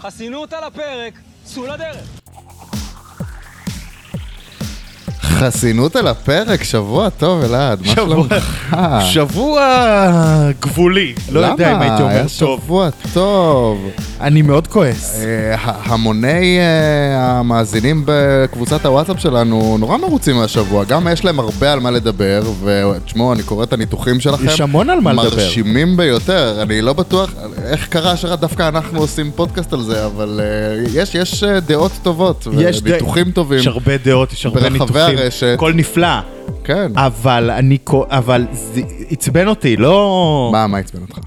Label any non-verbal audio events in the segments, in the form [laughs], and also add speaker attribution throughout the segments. Speaker 1: חסינות על הפרק, צאו לדרך.
Speaker 2: חסינות על הפרק, שבוע טוב, אלעד, מה
Speaker 3: שבוע-
Speaker 2: שלומך?
Speaker 3: שבוע גבולי. לא יודע אם
Speaker 2: למה?
Speaker 3: הייתי אומר
Speaker 2: היה
Speaker 3: טוב.
Speaker 2: שבוע טוב.
Speaker 3: אני מאוד כועס.
Speaker 2: אה, ה- המוני אה, המאזינים בקבוצת הוואטסאפ שלנו נורא מרוצים מהשבוע, גם יש להם הרבה על מה לדבר, ותשמעו, אני קורא את הניתוחים שלכם.
Speaker 3: יש המון על מה לדבר.
Speaker 2: מרשימים ביותר, אני לא בטוח איך קרה שדווקא אנחנו עושים פודקאסט על זה, אבל אה, יש- יש אה, דעות טובות,
Speaker 3: יש ד-
Speaker 2: וניתוחים טובים.
Speaker 3: יש הרבה דעות, יש הרבה
Speaker 2: ברחבי
Speaker 3: ניתוחים.
Speaker 2: הרשת.
Speaker 3: הכל נפלא.
Speaker 2: כן.
Speaker 3: אה, אבל אני, כו- אבל זה עצבן אותי, לא...
Speaker 2: מה, מה עצבן אותך?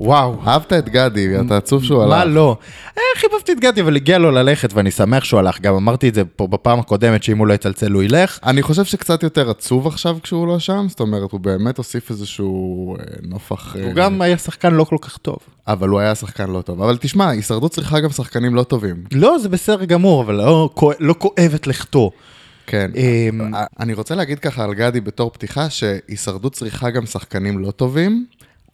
Speaker 3: וואו.
Speaker 2: אהבת את גדי, אתה עצוב שהוא הלך.
Speaker 3: אה. מה לא? אה, חיבבתי את גדי, אבל הגיע לו ללכת, ואני שמח שהוא הלך. גם אמרתי את זה פה בפעם הקודמת, שאם הוא לא יצלצל הוא ילך.
Speaker 2: אני חושב שקצת יותר עצוב עכשיו כשהוא לא שם, זאת אומרת, הוא באמת הוסיף איזשהו אה, נופח...
Speaker 3: הוא
Speaker 2: אה,
Speaker 3: גם היה שחקן לא כל כך טוב.
Speaker 2: אבל הוא היה שחקן לא טוב. אבל תשמע, הישרדות צריכה גם שחקנים לא טובים.
Speaker 3: לא, זה בסדר גמור, אבל לא כואב- לא כואב את לכתו.
Speaker 2: כן.
Speaker 3: אמ,
Speaker 2: אה, אני רוצה להגיד ככה על גדי בתור פתיחה, שהישרדות צריכה גם שחקנים לא טובים,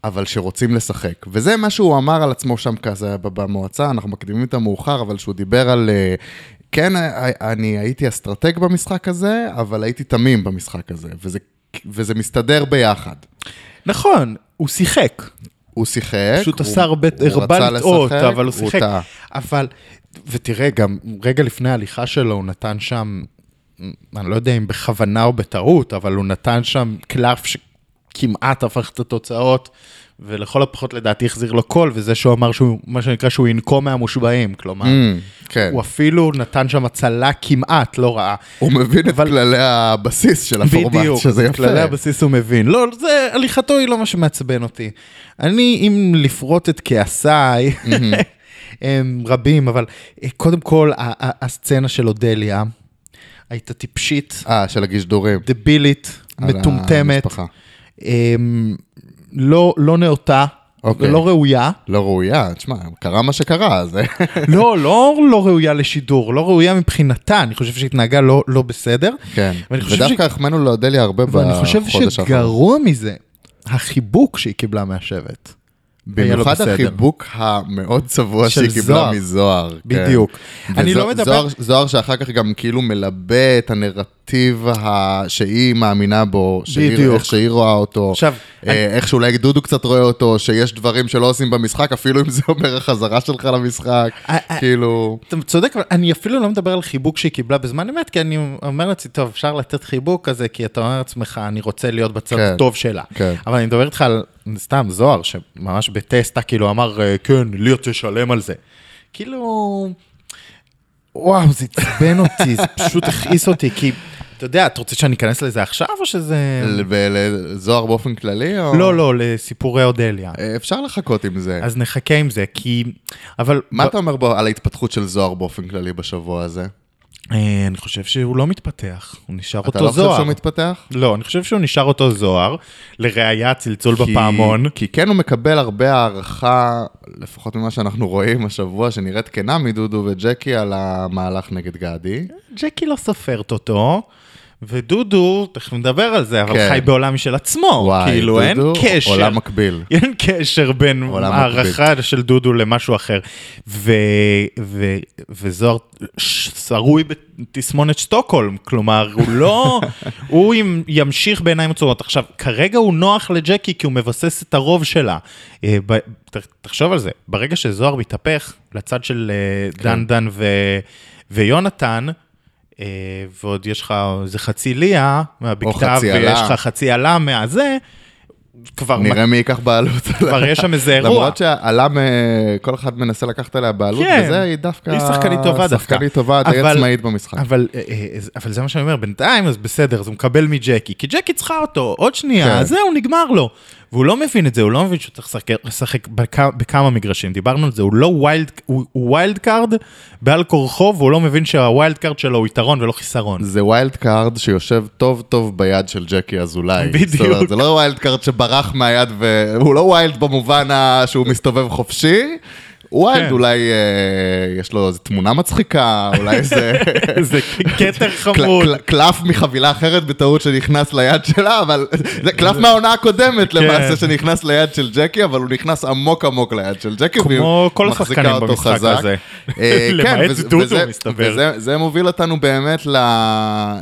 Speaker 2: אבל שרוצים לשחק. וזה מה שהוא אמר על עצמו שם כזה ב- במועצה, אנחנו מקדימים את המאוחר, אבל שהוא דיבר על... אה, כן, אה, אה, אני הייתי אסטרטג במשחק הזה, אבל הייתי תמים במשחק הזה, וזה, וזה מסתדר ביחד.
Speaker 3: נכון, הוא שיחק.
Speaker 2: הוא שיחק.
Speaker 3: פשוט
Speaker 2: הוא-
Speaker 3: עשה הרבה,
Speaker 2: הוא רצה
Speaker 3: הרבה לטעות,
Speaker 2: לשחק,
Speaker 3: אבל הוא
Speaker 2: הוא
Speaker 3: שיחק.
Speaker 2: טעה.
Speaker 3: אבל, ותראה, גם רגע לפני ההליכה שלו, הוא נתן שם, אני לא יודע אם בכוונה או בטעות, אבל הוא נתן שם קלף שכמעט הפך את התוצאות, ולכל הפחות לדעתי החזיר לו קול, וזה שהוא אמר שהוא, מה שנקרא, שהוא ינקום מהמושבעים, כלומר,
Speaker 2: Mm, כן.
Speaker 3: הוא אפילו נתן שם הצלה כמעט לא רעה.
Speaker 2: הוא מבין את כללי הבסיס של הפורמט,
Speaker 3: בדיוק,
Speaker 2: שזה יפה.
Speaker 3: כללי הבסיס הוא מבין. לא, זה, הליכתו היא לא מה שמעצבן אותי. אני, אם לפרוט את כעסיי,
Speaker 2: Mm-hmm.
Speaker 3: [laughs] הם רבים, אבל אה, קודם כל, ה- ה- הסצנה של אודליה הייתה טיפשית,
Speaker 2: אה, של הגשדורים.
Speaker 3: דבילית,
Speaker 2: על
Speaker 3: מטומטמת,
Speaker 2: המשפחה.
Speaker 3: אמ, לא לא נאותה,
Speaker 2: אוקיי.
Speaker 3: ולא
Speaker 2: [laughs]
Speaker 3: ראויה.
Speaker 2: לא ראויה, תשמע, קרה מה שקרה, אה, זה...
Speaker 3: לא, לא לא ראויה לשידור, לא ראויה מבחינתה, אני חושב שהתנהגה לא לא בסדר.
Speaker 2: [laughs] כן.
Speaker 3: ואני חושב
Speaker 2: ודווקא החמאנו לאודליה הרבה בחודש
Speaker 3: ואני חושב
Speaker 2: האחרון.
Speaker 3: שגרוע מזה, החיבוק שהיא קיבלה מהשבט. היה לו
Speaker 2: במיוחד
Speaker 3: בסדר.
Speaker 2: החיבוק המאוד צבוע
Speaker 3: של
Speaker 2: שהיא קיבלה
Speaker 3: זוהר.
Speaker 2: מזוהר. כן.
Speaker 3: בדיוק. אני
Speaker 2: וזוה-
Speaker 3: לא מדבר-
Speaker 2: זוהר- זוהר שאחר כך גם כאילו מלבה את הנרטיב ה- שהיא מאמינה בו, שהיא-
Speaker 3: בדיוק.
Speaker 2: איך שהיא רואה אותו,
Speaker 3: עכשיו,
Speaker 2: אה, איך שאולי דודו קצת רואה אותו, שיש דברים שלא עושים במשחק, אפילו אם זה אומר החזרה שלך למשחק,
Speaker 3: אה, אה.
Speaker 2: כאילו...
Speaker 3: אתה צודק, אבל אני אפילו לא מדבר על חיבוק שהיא קיבלה בזמן אמת, כי אני אומר לעצמי, טוב, אפשר לתת חיבוק כזה, כי אתה אומר לעצמך, אני רוצה להיות בצד
Speaker 2: כן,
Speaker 3: הטוב שלה.
Speaker 2: כן.
Speaker 3: אבל אני מדבר איתך על, סתם, זוהר, שממש בטסטה, כאילו אמר, "אה, כן, לי יוצא שלם על זה. כאילו, וואו, זה עצבן
Speaker 2: [laughs]
Speaker 3: אותי, זה פשוט הכעיס אותי, כי, אתה יודע, אתה רוצה שאני אכנס לזה עכשיו, או שזה...
Speaker 2: ולזוהר באופן כללי? או-
Speaker 3: לא, לא, לסיפורי אודליה.
Speaker 2: אה, אפשר לחכות עם זה.
Speaker 3: אז נחכה עם זה, כי... אבל...
Speaker 2: מה
Speaker 3: ב-
Speaker 2: אתה אומר בו- על ההתפתחות של זוהר באופן כללי בשבוע הזה?
Speaker 3: אה, אני חושב שהוא לא מתפתח, הוא נשאר
Speaker 2: אתה לא
Speaker 3: אותו
Speaker 2: חושב
Speaker 3: זוהר.
Speaker 2: שהוא מתפתח?
Speaker 3: לא, אני חושב שהוא נשאר אותו זוהר, לראיה צלצול
Speaker 2: כי-
Speaker 3: בפעמון.
Speaker 2: כי כן הוא מקבל הרבה הערכה, לפחות ממה שאנחנו רואים השבוע, שנראית כנה מדודו וג'קי על המהלך נגד גדי.
Speaker 3: ג'קי לא סופרת אותו, ודודו, תכף נדבר על זה, אבל
Speaker 2: כן.
Speaker 3: חי בעולם משל עצמו.
Speaker 2: וואי,
Speaker 3: כאילו, אין
Speaker 2: דודו,
Speaker 3: קשר.
Speaker 2: עולם מקביל.
Speaker 3: [laughs] אין קשר בין
Speaker 2: עולם
Speaker 3: הערכה של דודו למשהו אחר. ו, ו, וזוהר ש- שרוי בתסמונת שטוקהולם, כלומר, הוא
Speaker 2: [laughs]
Speaker 3: לא, הוא עם, ימשיך בעיניים עצומות. עכשיו, כרגע הוא נוח לג'קי כי הוא מבסס את הרוב שלה. אה, ב, ת, תחשוב על זה, ברגע שזוהר מתהפך לצד של
Speaker 2: כן.
Speaker 3: אה, דן דן ו, ויונתן, אה, ועוד יש לך איזה חצי ליה מהבקתה,
Speaker 2: חצי
Speaker 3: ויש
Speaker 2: עלה.
Speaker 3: לך חצי עלה מהזה, כבר
Speaker 2: נראה מי ייקח בעלות. על ה-
Speaker 3: כבר יש שם איזה אירוע.
Speaker 2: למרות שעלה, מ- כל אחד מנסה לקחת עליה בעלות,
Speaker 3: כן.
Speaker 2: וזה היא דווקא...
Speaker 3: היא שחקנית טובה דווקא.
Speaker 2: שחקנית טובה, די
Speaker 3: אבל-
Speaker 2: עצמאית במשחק.
Speaker 3: אבל, אה, אה, אבל זה מה שאני אומר, בינתיים אז בסדר, אז הוא מקבל מג'קי, כי ג'קי צריכה אותו, עוד שנייה,
Speaker 2: כן.
Speaker 3: כן. זהו, נגמר לו. והוא לא מבין את זה, הוא לא מבין שהוא צריך לשחק- לשחק בכ- בכמה מגרשים, דיברנו על זה, הוא לא ווילד, הוא הוא ווילד קארד בעל כורחו, והוא לא מבין שהווילד קארד שלו הוא יתרון ולא חיסרון.
Speaker 2: זה ווילד קארד שיושב טוב טוב ביד של ג'קי אזולאי.
Speaker 3: בדיוק.
Speaker 2: זאת אומרת, זה לא ווילד קארד שברח מהיד, והוא לא ווילד במובן ה- שהוא מסתובב חופשי, ווילד
Speaker 3: כן.
Speaker 2: אולי אה, יש לו איזו תמונה מצחיקה, אולי
Speaker 3: [laughs]
Speaker 2: איזה
Speaker 3: זה
Speaker 2: [laughs]
Speaker 3: כתר
Speaker 2: קל-
Speaker 3: חמוד.
Speaker 2: קל- קלף מחבילה אחרת בטעות שנכנס ליד שלה, אבל זה קלף מהעונה
Speaker 3: כן.
Speaker 2: הקודמת למעשה שנכנס ליד של ג'קי, אבל הוא נכנס עמוק עמוק ליד של ג'קי, והיא
Speaker 3: כמו כל
Speaker 2: מחזיקה
Speaker 3: השחקנים
Speaker 2: אותו
Speaker 3: במשחק
Speaker 2: חזק.
Speaker 3: הזה.
Speaker 2: אה, כן,
Speaker 3: [laughs] למעט
Speaker 2: וזה-
Speaker 3: דודו,
Speaker 2: וזה-
Speaker 3: מסתבר.
Speaker 2: וזה- זה מוביל אותנו באמת ל... אה,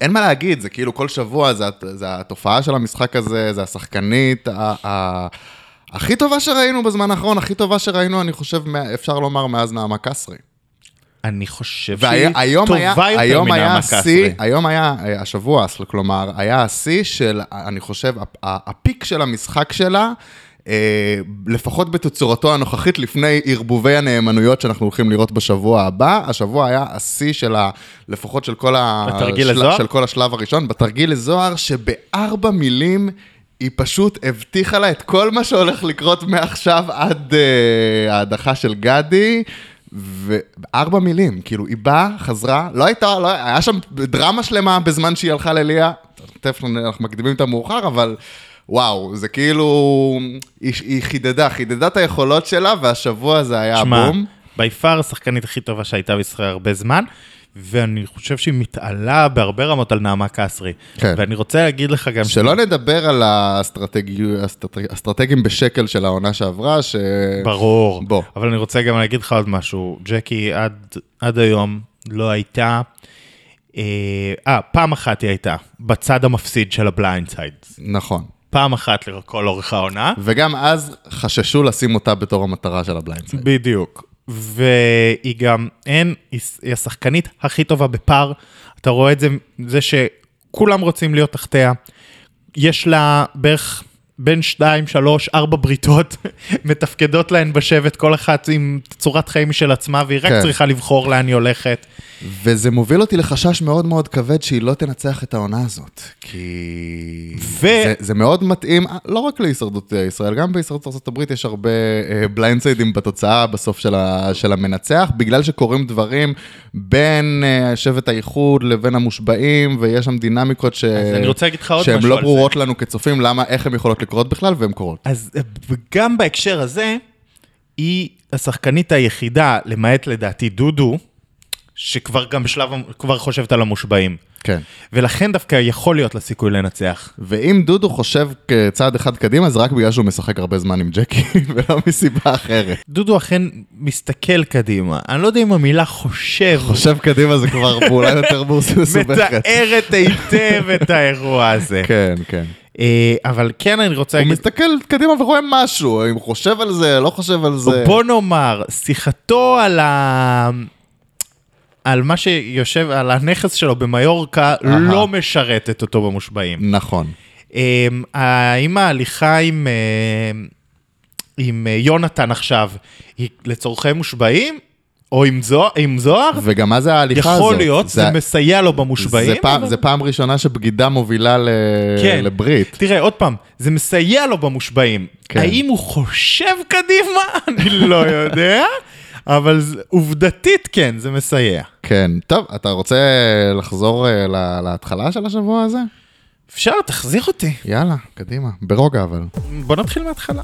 Speaker 2: אין מה להגיד, זה כאילו כל שבוע, זה, הת- זה התופעה של המשחק הזה, זה השחקנית ה, ה, הכי טובה שראינו בזמן האחרון, הכי טובה שראינו, אני חושב, מה- אפשר לומר, מאז נעמה קסרי.
Speaker 3: אני חושב שהיא
Speaker 2: והיום
Speaker 3: טובה
Speaker 2: היה,
Speaker 3: יותר
Speaker 2: היום היה
Speaker 3: מנעמה
Speaker 2: השיא,
Speaker 3: קסרי.
Speaker 2: היום היה, אה, השבוע, של- כלומר, היה השיא של, אני חושב, הפ- ה- הפיק של המשחק שלה, אה, לפחות בתצורתו הנוכחית, לפני ערבובי הנאמנויות שאנחנו הולכים לראות בשבוע הבא, השבוע היה השיא של ה... לפחות של כל, ה-
Speaker 3: בתרגיל
Speaker 2: של-
Speaker 3: לזוהר?
Speaker 2: של כל השלב הראשון, בתרגיל לזוהר, שבארבע מילים... היא פשוט הבטיחה לה את כל מה שהולך לקרות מעכשיו עד אה, ההדחה של גדי, וארבע מילים, כאילו, היא באה, חזרה, לא הייתה, לא, היה שם דרמה שלמה בזמן שהיא הלכה לליה, תכף אנחנו מקדימים את המאוחר, אבל וואו, זה כאילו, היא, היא חידדה, חידדה את היכולות שלה, והשבוע זה היה
Speaker 3: שמע,
Speaker 2: הבום.
Speaker 3: בי פאר השחקנית הכי טובה שהייתה בישראל הרבה זמן, ואני חושב שהיא מתעלה בהרבה רמות על נעמה קסרי.
Speaker 2: כן.
Speaker 3: ואני רוצה להגיד לך גם...
Speaker 2: שלא נדבר על האסטרטגי- האסטרטג- האסטרטגים בשקל של העונה שעברה, ש...
Speaker 3: ברור.
Speaker 2: בוא.
Speaker 3: אבל אני רוצה גם להגיד לך עוד משהו. ג'קי עד, עד היום לא הייתה... אה, אה, פעם אחת היא הייתה, בצד המפסיד של הבליינד סייד.
Speaker 2: נכון.
Speaker 3: פעם אחת לכל אורך העונה.
Speaker 2: וגם אז חששו לשים אותה בתור המטרה של הבליינדסייד.
Speaker 3: בדיוק. והיא גם, אין, היא ס- היא השחקנית הכי טובה בפער. אתה רואה את זה, זה שכולם רוצים להיות תחתיה. יש לה בערך בין 2, 3, 4 בריתות [laughs] מתפקדות להן בשבט, כל אחת עם צורת חיים משל עצמה, והיא רק
Speaker 2: כן.
Speaker 3: צריכה לבחור לאן היא הולכת.
Speaker 2: וזה מוביל אותי לחשש מאוד מאוד כבד שהיא לא תנצח את העונה הזאת. כי...
Speaker 3: ו-
Speaker 2: זה, זה מאוד מתאים, אה, לא רק להישרדות אה, ישראל, גם בהישרדות ארה"ב יש הרבה בליינדסיידים בתוצאה בסוף של, ה, של המנצח, בגלל שקורים דברים בין אה, שבט האיחוד לבין המושבעים, ויש שם דינמיקות ש...
Speaker 3: אז אני רוצה להגיד לך עוד
Speaker 2: שהן
Speaker 3: משהו
Speaker 2: לא
Speaker 3: על זה.
Speaker 2: ברורות לנו כצופים, למה, איך הן יכולות לקרות בכלל, והן קורות.
Speaker 3: אז אה, גם בהקשר הזה, היא השחקנית היחידה, למעט לדעתי דודו, שכבר גם בשלב, המ- כבר חושבת על המושבעים.
Speaker 2: כן.
Speaker 3: ולכן דווקא יכול להיות לה סיכוי לנצח.
Speaker 2: ואם דודו חושב כצעד אחד קדימה, זה רק בגלל שהוא משחק הרבה זמן עם ג'קי, [laughs] ולא מסיבה אחרת.
Speaker 3: דודו אכן מסתכל קדימה, אני לא יודע אם המילה חושב,
Speaker 2: חושב קדימה זה כבר
Speaker 3: [laughs]
Speaker 2: פעולה יותר מסובכת.
Speaker 3: מתארת היטב את האירוע הזה.
Speaker 2: כן, כן.
Speaker 3: אה, אבל כן, אני רוצה
Speaker 2: הוא
Speaker 3: להגיד,
Speaker 2: מסתכל קדימה ורואה משהו, אם הוא חושב על זה, לא חושב על זה.
Speaker 3: בוא נאמר, שיחתו על ה... על מה שיושב, על הנכס שלו במיורקה, לא משרתת אותו במושבעים.
Speaker 2: נכון.
Speaker 3: אמ, האם ההליכה עם, אמ, עם אה, יונתן עכשיו היא לצורכי מושבעים? או עם, זוה, עם זוהר?
Speaker 2: וגם מה זה ההליכה הזאת?
Speaker 3: יכול להיות, זה, מסייע לו במושבעים.
Speaker 2: זה פעם-
Speaker 3: אבל-
Speaker 2: זה פעם ראשונה שבגידה מובילה ל-
Speaker 3: כן.
Speaker 2: לברית.
Speaker 3: תראה, עוד פעם, זה מסייע לו במושבעים.
Speaker 2: כן.
Speaker 3: האם הוא חושב קדימה? [laughs] אני לא יודע, אבל זה- עובדתית כן, זה מסייע.
Speaker 2: כן. טוב, אתה רוצה לחזור אה, ל- להתחלה של השבוע הזה?
Speaker 3: אפשר, תחזיר אותי.
Speaker 2: יאללה, קדימה. ברוגע אבל.
Speaker 3: בוא נתחיל מההתחלה.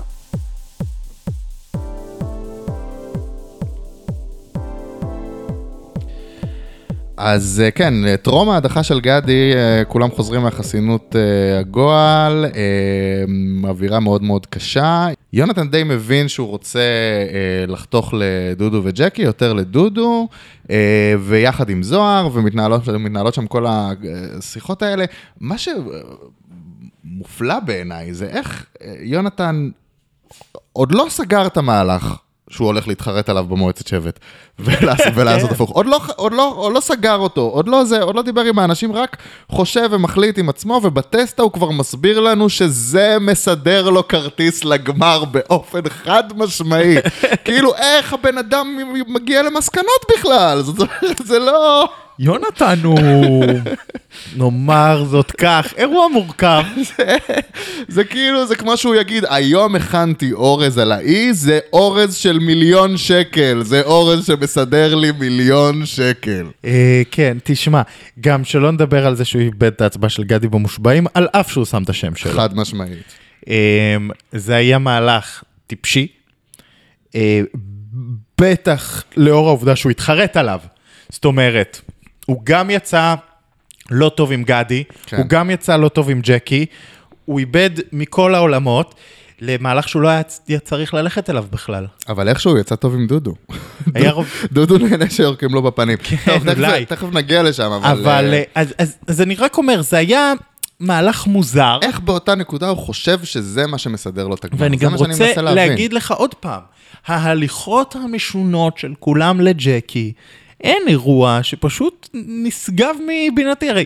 Speaker 2: אז אה, כן, אה, טרום ההדחה של גדי, אה, כולם חוזרים מהחסינות אה, הגועל, אה, אווירה מאוד מאוד קשה. יונתן די מבין שהוא רוצה אה, לחתוך לדודו וג'קי, יותר לדודו, אה, ויחד עם זוהר, ומתנהלות מתנהלות שם כל השיחות האלה. מה שמופלא בעיניי זה איך אה, יונתן עוד לא סגר את המהלך שהוא הולך להתחרט עליו במועצת שבט [laughs] ולעשות, ולעשות הפוך. עוד לא, עוד, לא, עוד לא סגר אותו, עוד לא זה, עוד לא דיבר עם האנשים, רק חושב ומחליט עם עצמו, ובטסטה הוא כבר מסביר לנו שזה מסדר לו כרטיס לגמר באופן חד משמעי. כאילו, איך הבן אדם מגיע למסקנות בכלל? זאת אומרת, זה לא...
Speaker 3: יונתן הוא, [laughs] נאמר זאת כך, אירוע
Speaker 2: [laughs]
Speaker 3: מורכב.
Speaker 2: זה כאילו, זה כמו שהוא יגיד, היום הכנתי אורז על האי, זה אורז של מיליון שקל, זה אורז שמסדר לי מיליון שקל.
Speaker 3: אה, כן, תשמע, גם שלא נדבר על זה שהוא איבד את ההצבעה של גדי במושבעים, על אף שהוא שם את השם שלו. אמ,
Speaker 2: חד משמעית.
Speaker 3: אה, זה היה מהלך טיפשי, אה, בטח לאור העובדה שהוא התחרט עליו. זאת אומרת, הוא גם יצא לא טוב עם גדי,
Speaker 2: כן.
Speaker 3: כן. הוא גם יצא לא טוב עם ג'קי, הוא איבד מכל העולמות למהלך שהוא לא היה צ- היה צריך ללכת אליו בכלל.
Speaker 2: אבל איכשהו הוא יצא טוב עם דודו.
Speaker 3: היה
Speaker 2: [laughs]
Speaker 3: רוב... כן,
Speaker 2: דודו נהנה שיורקים לו בפנים. טוב, תכף-
Speaker 3: אולי.
Speaker 2: תכף נגיע לשם, אבל...
Speaker 3: אבל
Speaker 2: אה,
Speaker 3: אה, אז, אז, אז אני רק אומר, זה היה מהלך מוזר.
Speaker 2: איך באותה נקודה הוא חושב שזה מה שמסדר לו את הגמר?
Speaker 3: ואני
Speaker 2: זה
Speaker 3: גם
Speaker 2: מה שאני
Speaker 3: רוצה
Speaker 2: מנסה להבין.
Speaker 3: להגיד לך עוד פעם, ההליכות המשונות של כולם לג'קי, אין אירוע שפשוט נשגב מבינתי. הרי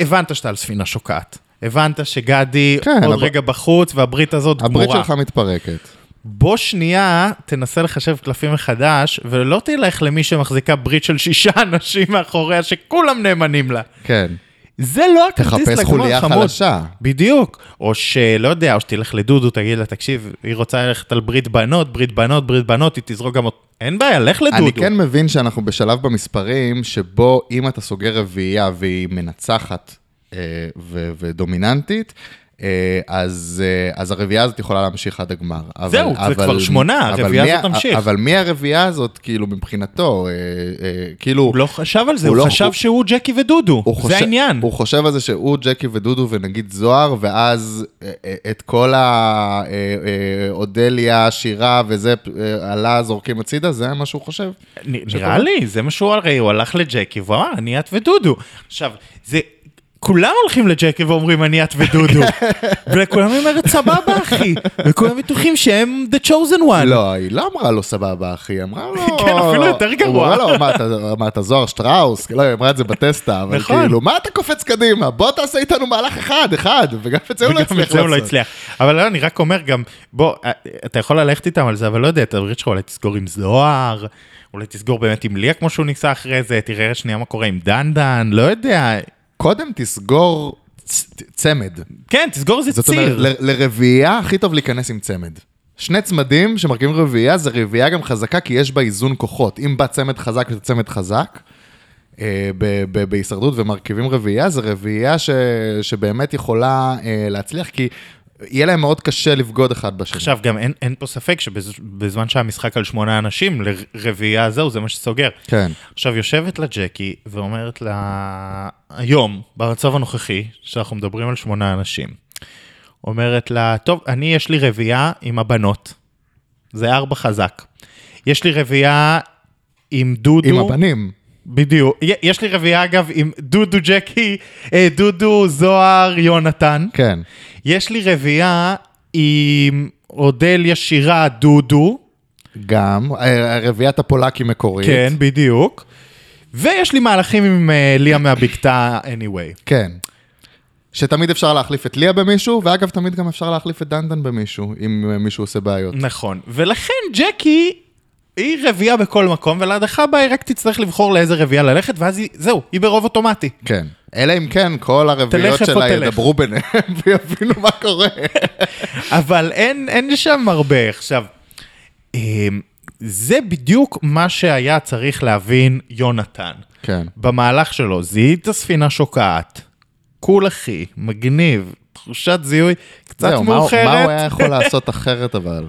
Speaker 3: הבנת שאתה על ספינה שוקעת, הבנת שגדי
Speaker 2: כן,
Speaker 3: עוד
Speaker 2: אבל-
Speaker 3: רגע בחוץ והברית הזאת
Speaker 2: הברית
Speaker 3: גמורה.
Speaker 2: שלך מתפרקת.
Speaker 3: בוא שנייה תנסה לחשב קלפים מחדש, ולא תלך למי שמחזיקה ברית של שישה [laughs] אנשים מאחוריה שכולם נאמנים לה.
Speaker 2: כן.
Speaker 3: זה לא הכרטיס
Speaker 2: תחפש
Speaker 3: לגמר
Speaker 2: חוליה
Speaker 3: חמוד.
Speaker 2: חלשה.
Speaker 3: בדיוק, או שלא יודע, או שתלך לדודו, תגיד לה, תקשיב, היא רוצה ללכת על ברית בנות, ברית בנות, ברית בנות, היא תזרוק גם אותה, אין בעיה, לך לדודו.
Speaker 2: אני כן מבין שאנחנו בשלב במספרים שבו אם אתה סוגר רביעייה והיא מנצחת אה, ו- ודומיננטית, אה, אז, אה, אז הרביעייה הזאת יכולה להמשיך עד הגמר. אבל,
Speaker 3: זהו, זה כבר שמונה,
Speaker 2: אבל
Speaker 3: הרביעייה
Speaker 2: מי
Speaker 3: הזאת
Speaker 2: ה-
Speaker 3: תמשיך.
Speaker 2: אבל מי הרביעייה הזאת, כאילו, מבחינתו, אה, אה, כאילו...
Speaker 3: הוא לא חשב על זה,
Speaker 2: הוא
Speaker 3: הוא,
Speaker 2: לא-
Speaker 3: חשב
Speaker 2: הוא-
Speaker 3: שהוא ג'קי ודודו,
Speaker 2: הוא
Speaker 3: זה
Speaker 2: חושב-
Speaker 3: העניין.
Speaker 2: הוא חושב על זה שהוא, ג'קי ודודו ונגיד זוהר, ואז אה, אה, את כל האודליה, שירה וזה, אה, עלה, זורקים הצידה, זה מה שהוא חושב.
Speaker 3: נ- נראה לי, זה מה שהוא הרי, הוא הלך לג'קי והוא אמר, אני את ודודו. עכשיו, זה... כולם הולכים לג'קי ואומרים אני את
Speaker 2: [laughs]
Speaker 3: ודודו, וכולם היא אומרת סבבה אחי, וכולם בטוחים שהם the chosen one.
Speaker 2: לא, היא לא אמרה לו סבבה, אחי, היא אמרה לו...
Speaker 3: [laughs] כן, אפילו יותר גרוע.
Speaker 2: אמרה לו, "מה, אתה- מה, אתה זוהר שטראוס? לא, היא אמרה את זה בטסטה, אבל
Speaker 3: נכון.
Speaker 2: כאילו, מה אתה קופץ קדימה? בוא תעשה איתנו מהלך אחד, אחד, וגם את זה הוא לא
Speaker 3: וגם את
Speaker 2: הצליח
Speaker 3: זה הוא לא
Speaker 2: לעשות.
Speaker 3: הצליח. אבל לא, אני רק אומר גם, בוא, אה, אתה יכול ללכת איתם על זה, אבל לא יודע, את הברית שלך אולי תסגור עם זוהר, אולי תסגור באמת עם ליה כמו שהוא ניסה אחרי זה, תראה שנייה מה קורה עם דנדן, לא יודע.
Speaker 2: קודם תסגור צ- צמד.
Speaker 3: כן, תסגור איזה
Speaker 2: זאת אומרת,
Speaker 3: ציר.
Speaker 2: ל- לרביעייה הכי טוב להיכנס עם צמד. שני צמדים שמרכיבים רביעייה, זה רביעייה גם חזקה, כי יש בה איזון כוחות. אם בא צמד חזק, זה צמד חזק. אה, ב- ב- בהישרדות ומרכיבים רביעייה, זה רביעייה ש- שבאמת יכולה אה, להצליח, כי יהיה להם מאוד קשה לבגוד אחד בשני.
Speaker 3: עכשיו, גם אין, אין פה ספק שבזמן שהמשחק על שמונה אנשים, לרביעייה זהו, זה מה שסוגר.
Speaker 2: כן.
Speaker 3: עכשיו, יושבת לה ג'קי ואומרת לה, היום, במצב הנוכחי, שאנחנו מדברים על שמונה אנשים, אומרת לה, טוב, אני יש לי רביעייה עם הבנות, זה ארבע חזק. יש לי רביעייה עם דודו.
Speaker 2: עם הבנים.
Speaker 3: בדיוק. י- יש לי רביעייה, אגב, עם דודו ג'קי, אה, דודו, זוהר, יונתן.
Speaker 2: כן.
Speaker 3: יש לי רביעייה עם אודליה שירה, דודו.
Speaker 2: גם. אה, רביעיית הפולקים מקורית.
Speaker 3: כן, בדיוק. ויש לי מהלכים עם אה, ליה מהבקתה, anyway.
Speaker 2: כן. שתמיד אפשר להחליף את ליה במישהו, ואגב, תמיד גם אפשר להחליף את דנדן במישהו, אם אה, מישהו עושה בעיות.
Speaker 3: נכון. ולכן ג'קי, היא רביעייה בכל מקום, ולהדחה הבאה היא רק תצטרך לבחור לאיזה רביעייה ללכת, ואז היא, זהו, היא ברוב אוטומטי. [laughs]
Speaker 2: כן. אלא אם כן, כל הרביעיות
Speaker 3: תלך איפה
Speaker 2: שלה
Speaker 3: תלך.
Speaker 2: ידברו ביניהם [laughs] ויבינו מה קורה.
Speaker 3: אבל אין, אין שם הרבה. עכשיו, אמ, זה בדיוק מה שהיה צריך להבין יונתן.
Speaker 2: כן.
Speaker 3: במהלך שלו, זיהית את הספינה שוקעת, קול אחי, מגניב, תחושת זיהוי קצת
Speaker 2: זהו, מה הוא-
Speaker 3: מאוחרת.
Speaker 2: מה הוא היה יכול לעשות אחרת אבל?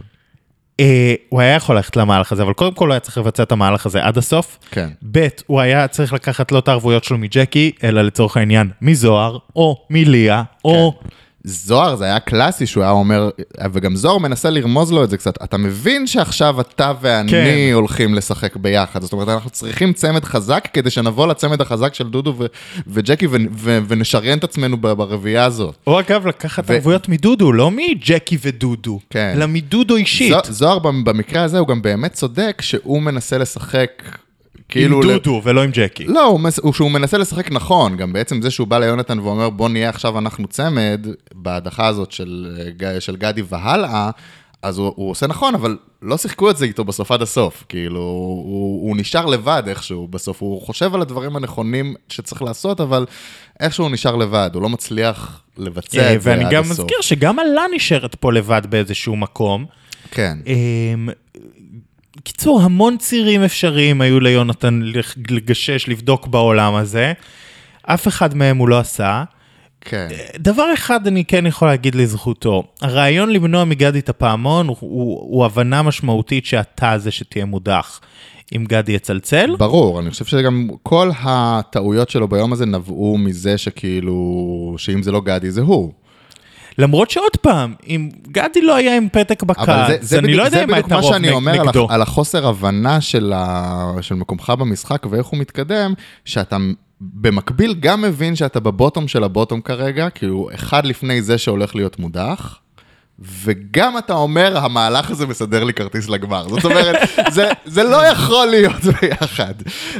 Speaker 3: אה, הוא היה יכול ללכת למהלך הזה, אבל קודם כל הוא היה צריך לבצע את המהלך הזה עד הסוף.
Speaker 2: כן.
Speaker 3: ב', הוא היה צריך לקחת לא את הערבויות שלו מג'קי, אלא לצורך העניין מזוהר, או מליה, או...
Speaker 2: כן. זוהר זה היה קלאסי שהוא היה אומר, וגם זוהר מנסה לרמוז לו את זה קצת. אתה מבין שעכשיו אתה ואני
Speaker 3: כן.
Speaker 2: הולכים לשחק ביחד. זאת אומרת, אנחנו צריכים צמד חזק כדי שנבוא לצמד החזק של דודו ו- וג'קי ו- ו- ונשריין את עצמנו ב- ברביעייה הזאת.
Speaker 3: או אגב, לקחת
Speaker 2: ו-
Speaker 3: ערבויות מדודו, לא מג'קי ודודו,
Speaker 2: כן.
Speaker 3: אלא מדודו אישית.
Speaker 2: זוה- זוהר במ- במקרה הזה הוא גם באמת צודק שהוא מנסה לשחק כאילו...
Speaker 3: עם
Speaker 2: ל-
Speaker 3: דודו ולא עם ג'קי.
Speaker 2: לא, הוא מס... הוא שהוא מנסה לשחק נכון, גם בעצם זה שהוא בא ליונתן ואומר בוא נהיה עכשיו אנחנו צמד, בהדחה הזאת של, אה, ג- של גדי והלאה, אז הוא, הוא עושה נכון, אבל לא שיחקו את זה איתו בסוף עד הסוף, כאילו, הוא, הוא נשאר לבד איכשהו בסוף, הוא חושב על הדברים הנכונים שצריך לעשות, אבל איכשהו הוא נשאר לבד, הוא לא מצליח לבצע
Speaker 3: אה,
Speaker 2: את זה עד הסוף.
Speaker 3: ואני גם מזכיר שגם אלה נשארת פה לבד באיזשהו מקום.
Speaker 2: כן.
Speaker 3: אמ, קיצור, המון צירים אפשריים היו ליונתן לח- לגשש, לבדוק בעולם הזה. אף אחד מהם הוא לא עשה,
Speaker 2: כן.
Speaker 3: דבר אחד אני כן יכול להגיד לזכותו, הרעיון למנוע מגדי את הפעמון הוא, הוא, הוא הבנה משמעותית שאתה זה שתהיה מודח אם גדי יצלצל.
Speaker 2: ברור, אני חושב שגם כל הטעויות שלו ביום הזה נבעו מזה שכאילו, שאם זה לא גדי זה הוא.
Speaker 3: למרות שעוד פעם, אם גדי לא היה עם פתק בקהל, אז אני
Speaker 2: בדיוק-
Speaker 3: לא יודע
Speaker 2: זה
Speaker 3: אם היה
Speaker 2: בדיוק
Speaker 3: את הרוב
Speaker 2: מה שאני אומר על,
Speaker 3: נגדו.
Speaker 2: הח- על החוסר הבנה של, ה... של מקומך במשחק ואיך הוא מתקדם, שאתה במקביל גם מבין שאתה בבוטום של הבוטום כרגע, כאילו אחד לפני זה שהולך להיות מודח. וגם אתה אומר, המהלך הזה מסדר לי כרטיס לגמר. זאת אומרת,
Speaker 3: [laughs]
Speaker 2: זה, זה לא יכול להיות ביחד.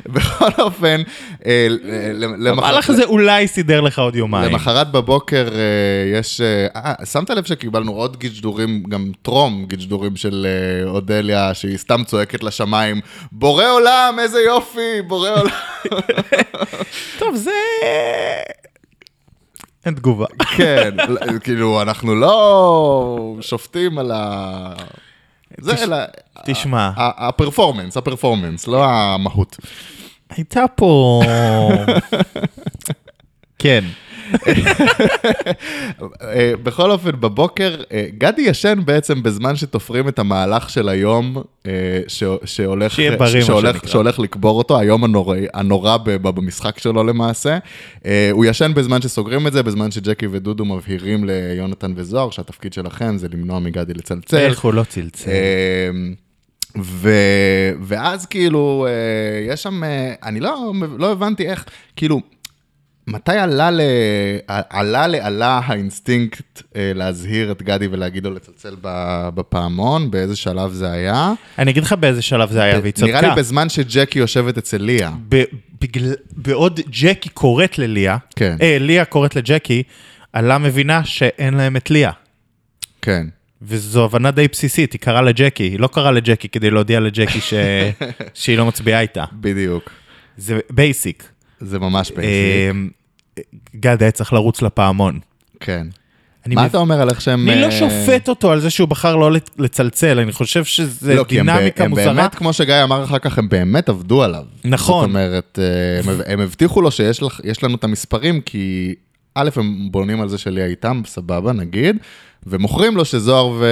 Speaker 2: בכל אופן, אה, ל- ל- למחרת-
Speaker 3: המהלך הזה אולי סידר לך עוד יומיים.
Speaker 2: למחרת בבוקר אה, יש... אה, אה, שמת לב שקיבלנו עוד גידשדורים, גם טרום גידשדורים של אה, אודליה, שהיא סתם צועקת לשמיים, בורא עולם, איזה יופי, בורא עולם.
Speaker 3: טוב, זה... אין
Speaker 2: [laughs]
Speaker 3: תגובה.
Speaker 2: כן, ל- כאילו, אנחנו לא שופטים על ה...
Speaker 3: תש-
Speaker 2: זה, אלא...
Speaker 3: תשמע.
Speaker 2: ה- ה- הפרפורמנס, הפרפורמנס, לא המהות.
Speaker 3: הייתה
Speaker 2: [laughs]
Speaker 3: פה... כן.
Speaker 2: אה, בכל אופן, בבוקר, אה, גדי ישן בעצם בזמן שתופרים את המהלך של היום אה, ש- שהולך
Speaker 3: שיהיה בריא, מה
Speaker 2: שהולך-
Speaker 3: שנקרא.
Speaker 2: שהולך לקבור אותו, היום הנורא- הנורא ב- ב- במשחק שלו למעשה. אה, הוא ישן בזמן שסוגרים את זה, בזמן שג'קי ודודו מבהירים ליונתן וזוהר שהתפקיד שלכם זה למנוע מגדי לצלצל.
Speaker 3: איך הוא לא צלצל.
Speaker 2: אמ, ו... ואז כאילו, אה, יש שם, אה, אני לא, לא הבנתי איך, כאילו, מתי עלה ל... עלה לעלה האינסטינקט אה, להזהיר את גדי ולהגיד לו לצלצל ב- בפעמון, באיזה שלב זה היה?
Speaker 3: אני אגיד לך באיזה שלב זה היה, והיא
Speaker 2: נראה לי
Speaker 3: צדקה.
Speaker 2: בזמן שג'קי יושבת אצל ליה.
Speaker 3: ב- בגלל- בעוד ג'קי קוראת לליה,
Speaker 2: כן.
Speaker 3: אה, ליה קוראת לג'קי, עלה מבינה שאין להם את ליה.
Speaker 2: כן.
Speaker 3: וזו הבנה די בסיסית, היא קראה לג'קי, היא לא קראה לג'קי כדי להודיע לג'קי ש...
Speaker 2: [laughs]
Speaker 3: שהיא לא מצביעה איתה.
Speaker 2: בדיוק.
Speaker 3: זה בייסיק.
Speaker 2: זה ממש בייסיק.
Speaker 3: אמ, גד היה צריך לרוץ לפעמון.
Speaker 2: כן.
Speaker 3: אני
Speaker 2: מה
Speaker 3: מב-
Speaker 2: אתה אומר על איך שהם...
Speaker 3: אני לא
Speaker 2: אה,
Speaker 3: שופט אותו על זה שהוא בחר לא לת- לצלצל, אני חושב שזה
Speaker 2: לא, כי הם, ב-
Speaker 3: דינמיקה
Speaker 2: הם
Speaker 3: מוזרה.
Speaker 2: באמת, כמו שגיא אמר אחר כך, הם באמת עבדו עליו.
Speaker 3: נכון.
Speaker 2: זאת אומרת, אה, הם, הם הבטיחו לו שיש לך, יש לנו את המספרים, כי א', הם בונים על זה שלי איתם, סבבה, נגיד, ומוכרים לו שזוהר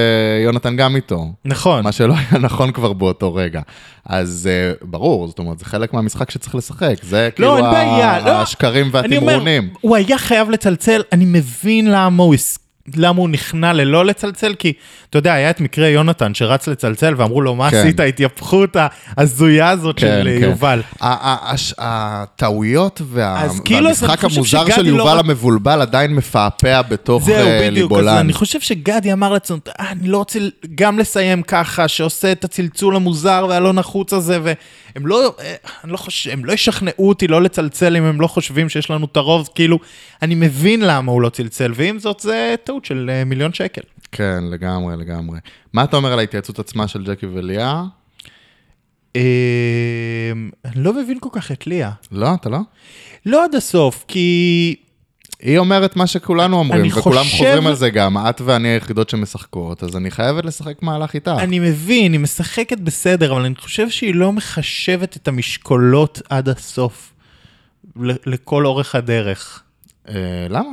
Speaker 2: ויונתן גם איתו.
Speaker 3: נכון,
Speaker 2: מה שלא היה נכון כבר באותו רגע. אז אה, ברור, זאת אומרת, זה חלק מהמשחק שצריך לשחק. זה כאילו
Speaker 3: אין
Speaker 2: ה-
Speaker 3: בעיה, לא.
Speaker 2: השקרים
Speaker 3: אני אומר,
Speaker 2: והתמרונים.
Speaker 3: הוא היה חייב לצלצל, אני מבין למה הוא, הס- למה הוא נכנע ללא לצלצל, כי אתה יודע, היה את מקרה יונתן שרץ לצלצל ואמרו לו, מה
Speaker 2: כן.
Speaker 3: עשית, ההתייפכות ההזויה הזאת של אה, יובל.
Speaker 2: ה- ה- הש- הטעויות וה-
Speaker 3: אז כאילו, אז אני
Speaker 2: והמשחק
Speaker 3: חושב
Speaker 2: המוזר
Speaker 3: שגדי
Speaker 2: של
Speaker 3: לא
Speaker 2: יובל
Speaker 3: רק-
Speaker 2: המבולבל עדיין מפעפע בתוך
Speaker 3: זהו,
Speaker 2: אה,
Speaker 3: בדיוק, אז
Speaker 2: ליבולן.
Speaker 3: אני חושב שגדי אמר לעצמו, "אה, אני לא רוצה גם לסיים ככה, שעושה את הצלצול המוזר והלא נחוץ הזה, והם לא, אה, אני לא חושב, הם לא ישכנעו אותי לא לצלצל אם הם לא חושבים שיש לנו את הרוב, כאילו, אני מבין למה הוא לא צלצל, ועם זאת, זה טעות של אה, מיליון שקל.
Speaker 2: כן, לגמרי, לגמרי. מה אתה אומר על ההתייעצות עצמה של ג'קי וליה?
Speaker 3: אמ, אני לא מבין כל כך את ליה.
Speaker 2: לא, אתה לא?
Speaker 3: לא עד הסוף, כי...
Speaker 2: היא אומרת מה שכולנו אומרים,
Speaker 3: אני
Speaker 2: וכולם
Speaker 3: חושב-
Speaker 2: חוזרים על זה גם, את ואני היחידות שמשחקות, אז אני חייבת לשחק מהלך איתך.
Speaker 3: אני מבין, היא משחקת בסדר, אבל אני חושב שהיא לא מחשבת את המשקולות עד הסוף, ל- לכל אורך הדרך.
Speaker 2: אה, למה?